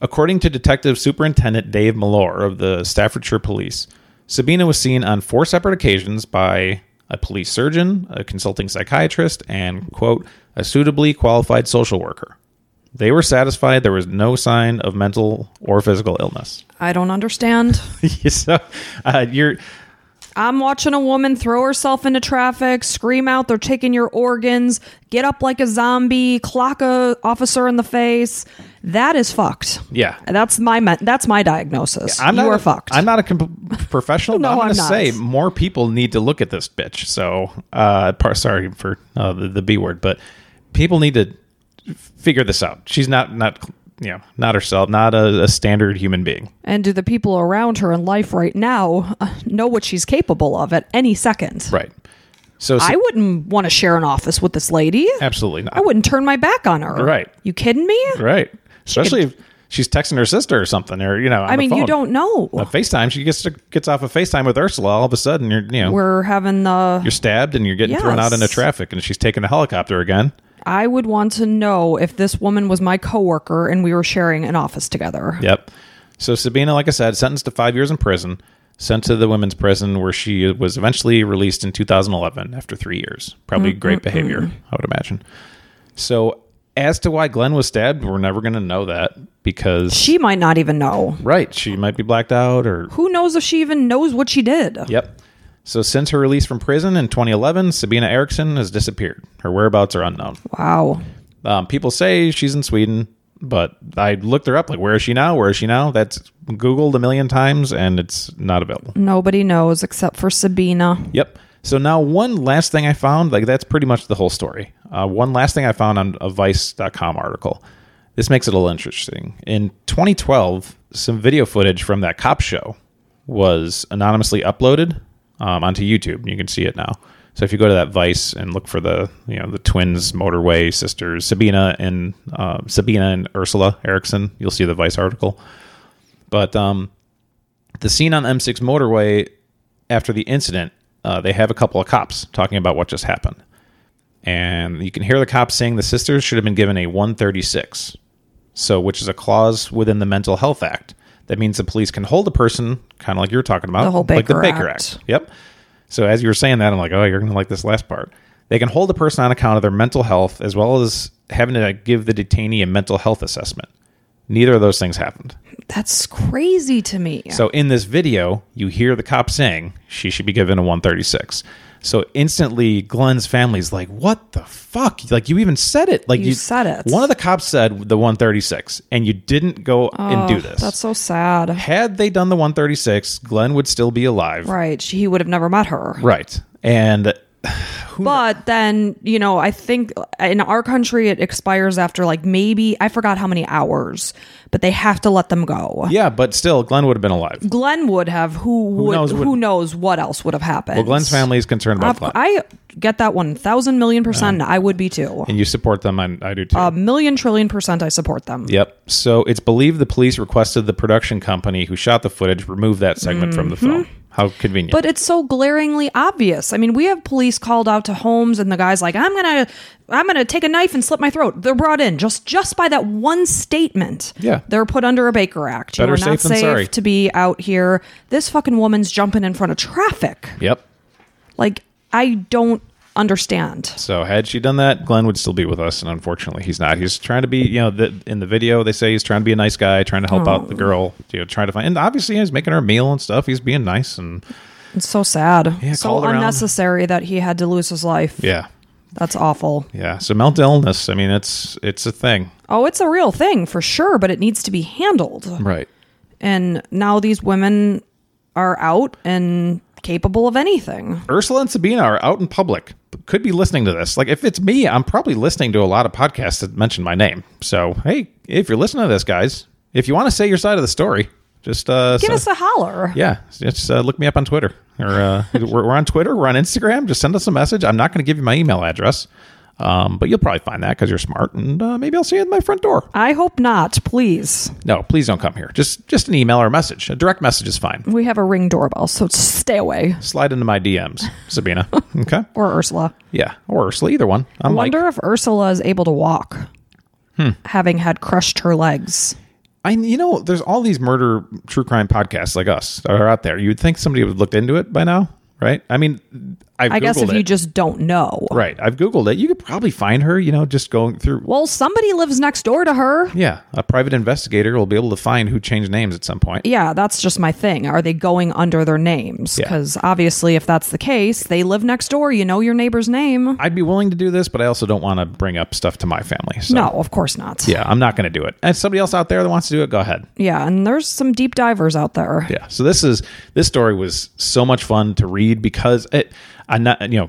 A: according to Detective Superintendent Dave Malore of the Staffordshire Police, Sabina was seen on four separate occasions by a police surgeon, a consulting psychiatrist, and, quote, a suitably qualified social worker. They were satisfied there was no sign of mental or physical illness. [laughs]
B: I don't understand.
A: so, uh, you're.
B: I'm watching a woman throw herself into traffic, scream out, they're taking your organs, get up like a zombie, clock a officer in the face. That is fucked.
A: Yeah.
B: That's my me- that's my diagnosis.
A: I'm
B: you
A: not
B: are
A: a,
B: fucked.
A: I'm not a comp-
B: [laughs]
A: professional,
B: No,
A: but I'm going
B: I'm
A: to
B: not.
A: say more people need to look at this bitch. So, uh, par- sorry for uh, the, the B word, but people need to figure this out. She's not, not, you know, not herself, not a, a standard human being.
B: and do the people around her in life right now uh, know what she's capable of at any second?
A: Right. So,
B: I wouldn't want to share an office with this lady.
A: absolutely not.
B: I wouldn't turn my back on her.
A: Right.
B: You kidding me?
A: right. Especially if she's texting her sister or something, or, you know, on
B: I
A: the
B: mean, you
A: phone. Uh,
B: don't
A: On
B: know.
A: FaceTime, she gets to, gets off of FaceTime with Ursula. All of a sudden, you're, you know,
B: We're having the
A: you're stabbed and you're getting thrown out
B: Yes.
A: into traffic and she's taking a helicopter again.
B: I would want to know if this woman was my coworker and we were sharing an office together.
A: Yep. So Sabina, like I said, sentenced to five years in prison, sent to the women's prison where she was eventually released in 2011 after three years. Probably great behavior, I would imagine. So as to why Glenn was stabbed, we're never going to know that because
B: She might not even know.
A: right, she might be blacked out or
B: Who knows if she even knows what she did?
A: yep. So since her release from prison in 2011, Sabina Erickson has disappeared. Her whereabouts are unknown.
B: Wow.
A: Um, people say she's in Sweden, but I looked her up. Like, where is she now? Where is she now? That's Googled a million times, and it's not available.
B: Nobody knows except for Sabina.
A: Yep. So now one last thing I found, like that's pretty much the whole story. Uh, one last thing I found on a Vice.com article. This makes it a little interesting. In 2012, some video footage from that cop show was anonymously uploaded um, onto YouTube. You can see it now. So if you go to that Vice and look for the you know the twins motorway sisters Sabina and uh, Sabina and Ursula Erickson, you'll see the Vice article. But um, the scene on M6 motorway after the incident, uh, they have a couple of cops talking about what just happened, and you can hear the cops saying the sisters should have been given a 136, so which is a clause within the Mental Health Act. That means the police can hold a person, kind of like you were talking about,
B: The whole
A: like the
B: Baker
A: Baker Act.
B: Act.
A: Yep. So as you were saying that, I'm like, oh, you're going to like this last part. They can hold a person on account of their mental health as well as having to give the detainee a mental health assessment. Neither of those things happened.
B: That's crazy to me.
A: So in this video, you hear the cop saying she should be given a 136. So instantly, Glenn's family's like, "What the fuck? Like you even said it? Like
B: You said it.
A: One of the cops said the 136, and you didn't go and do this.
B: Oh, That's so sad.
A: Had they done the 136, Glenn would still be alive.
B: Right. She, he would have never met her.
A: Right. And
B: But then, you know, I think in our country it expires after like maybe, I forgot how many hours, but they have to let them go.
A: yeah, but still, Glenn would have been alive.
B: Glenn would have, who would,
A: knows what-
B: who knows what else would have happened.
A: Well, Glenn's family is concerned about
B: Of-
A: Glenn,
B: I get that 1,000 million percent.
A: Uh-huh.
B: I would be too.
A: and you support them. I, I do too.
B: A million trillion percent I support them.
A: Yep. So it's believed the police requested the production company who shot the footage remove that
B: Mm-hmm.
A: segment from the film. How convenient.
B: But it's so glaringly obvious. I mean, we have police called out to homes and the guy's like, "I'm going to I'm going to take a knife and slit my throat." They're brought in just just by that one statement.
A: Yeah.
B: They're put under a Baker Act.
A: Better
B: you are
A: safe
B: not
A: than
B: safe
A: sorry.
B: to be out here. This fucking woman's jumping in front of traffic.
A: yep.
B: Like I don't understand.
A: So had she done that, Glenn would still be with us, and unfortunately, he's not. He's trying to be, you know, the, in the video they say he's trying to be a nice guy, trying to help out the girl, you know, trying to find, and obviously he's making her a meal and stuff. He's being nice, and
B: It's so sad. so
A: called around.
B: unnecessary that he had to lose his life.
A: yeah,
B: That's awful.
A: yeah. So mental illness, I mean, it's it's a thing,
B: Oh, it's a real thing for sure, but it needs to be handled.
A: right?
B: and now these women are out and capable of anything.
A: Ursula and Sabina are out in public. Could be listening to this. Like, if it's me, I'm probably listening to a lot of podcasts that mention my name. So, hey, if you're listening to this, guys, if you want to say your side of the story, just uh,
B: Give
A: send-
B: us a holler.
A: yeah, just uh, look me up on Twitter or uh, [laughs] we're, we're on Twitter, we're on Instagram. Just send us a message. I'm not going to give you my email address, um, but you'll probably find that because you're smart, and uh, maybe I'll see you at my front door.
B: I hope not, please.
A: No, please don't come here. Just just an email or a message. A direct message is fine.
B: We have a ring doorbell, so stay away.
A: Slide into my DMs,
B: [laughs]
A: Sabina. Okay.
B: Or Ursula.
A: Yeah, or Ursula, either one. I'm
B: I
A: like. Hmm.
B: wonder if Ursula is able to walk, having had crushed her legs.
A: I you know, there's all these murder true crime podcasts like us that are out there. You'd think somebody would have looked into it by now, right? I mean, I've
B: I guess
A: Googled
B: if you
A: it.
B: just don't know.
A: right, I've googled it. You could probably find her. You know, just going through.
B: Well, somebody lives next door to her.
A: Yeah, a private investigator will be able to find who changed names at some point.
B: Yeah, that's just my thing. Are they going under their names?
A: Yeah.
B: Because obviously, if that's the case, they live next door. You know your neighbor's name.
A: I'd be willing to do this, but I also don't want to bring up stuff to my family. So.
B: No, of course not.
A: Yeah, I'm not going to do it. And somebody else out there that wants to do it, go ahead.
B: Yeah, and there's some deep divers out there.
A: Yeah. So this is this story was so much fun to read because it, I'm not you know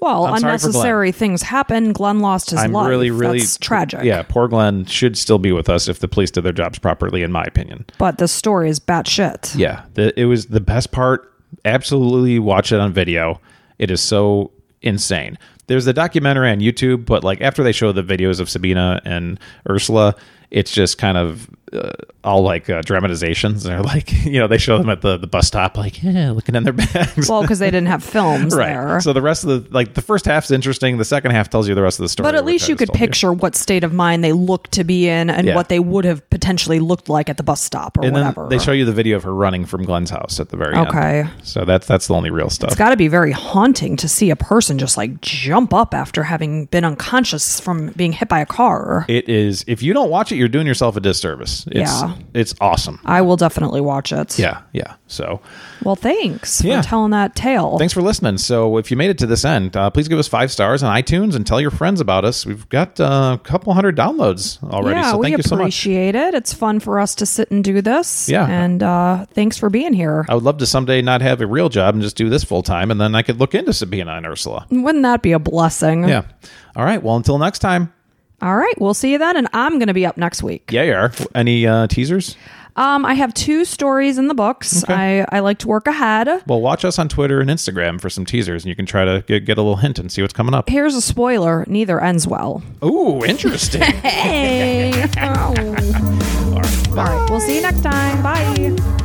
B: Well,
A: I'm sorry for
B: unnecessary things happen. Glenn lost his
A: I'm
B: life.
A: really really
B: That's tragic.
A: Yeah, poor Glenn should still be with us if the police did their jobs properly, in my opinion.
B: But the story is batshit.
A: Yeah, [laughs] the, it was the best part. Absolutely watch it on video. It is so insane. There's the documentary on YouTube, but like after they show the videos of Sabina and Ursula, it's just kind of uh, all like uh, dramatizations. [laughs] They're like, you know, they show them at the, the bus stop, like, [laughs] yeah, looking in their bags. [laughs]
B: Well, because they didn't have films
A: right.
B: there.
A: So the rest of the, like, the first half's interesting. The second half tells you the rest of the story.
B: but at
A: which
B: least
A: I
B: you
A: just
B: could
A: told
B: picture what state of mind they looked to be in and
A: Yeah.
B: what they would have potentially looked like at the bus stop or
A: And then
B: whatever.
A: they show you the video of her running from Glenn's house at the very end.
B: Okay.
A: So that's that's the only real stuff.
B: it's got to be very haunting to see a person just like jump up after having been unconscious from being hit by a car.
A: It is. If you don't watch it, you're doing yourself a disservice. It's,
B: Yeah.
A: It's awesome.
B: I will definitely watch it.
A: Yeah. Yeah. So
B: Well, thanks
A: Yeah.
B: for telling that tale.
A: thanks for listening. So if you made it to this end, uh, please give us five stars on iTunes and tell your friends about us. We've got uh, a couple hundred downloads already.
B: Yeah,
A: so
B: we
A: thank you so much.
B: appreciate it. It's fun for us to sit and do this.
A: Yeah. Uh,
B: And uh, thanks for being here.
A: I would love to someday not have a real job and just do this full time, and then I could look into Sabina and Ursula.
B: Wouldn't that be a blessing?
A: Yeah. All right. Well, until next time.
B: All right. We'll see you then. And I'm going to be up next week.
A: Yeah, you are. Any uh, teasers?
B: Um, I have two stories in the books. I, I like to work ahead.
A: Well, watch us on Twitter and Instagram for some teasers, and you can try to get, get a little hint and see what's coming up.
B: Here's a spoiler neither
A: [laughs]
B: ends well.
A: Ooh,
B: [laughs]
A: interesting.
B: Hey. All right. All right. We'll see you next time. Bye.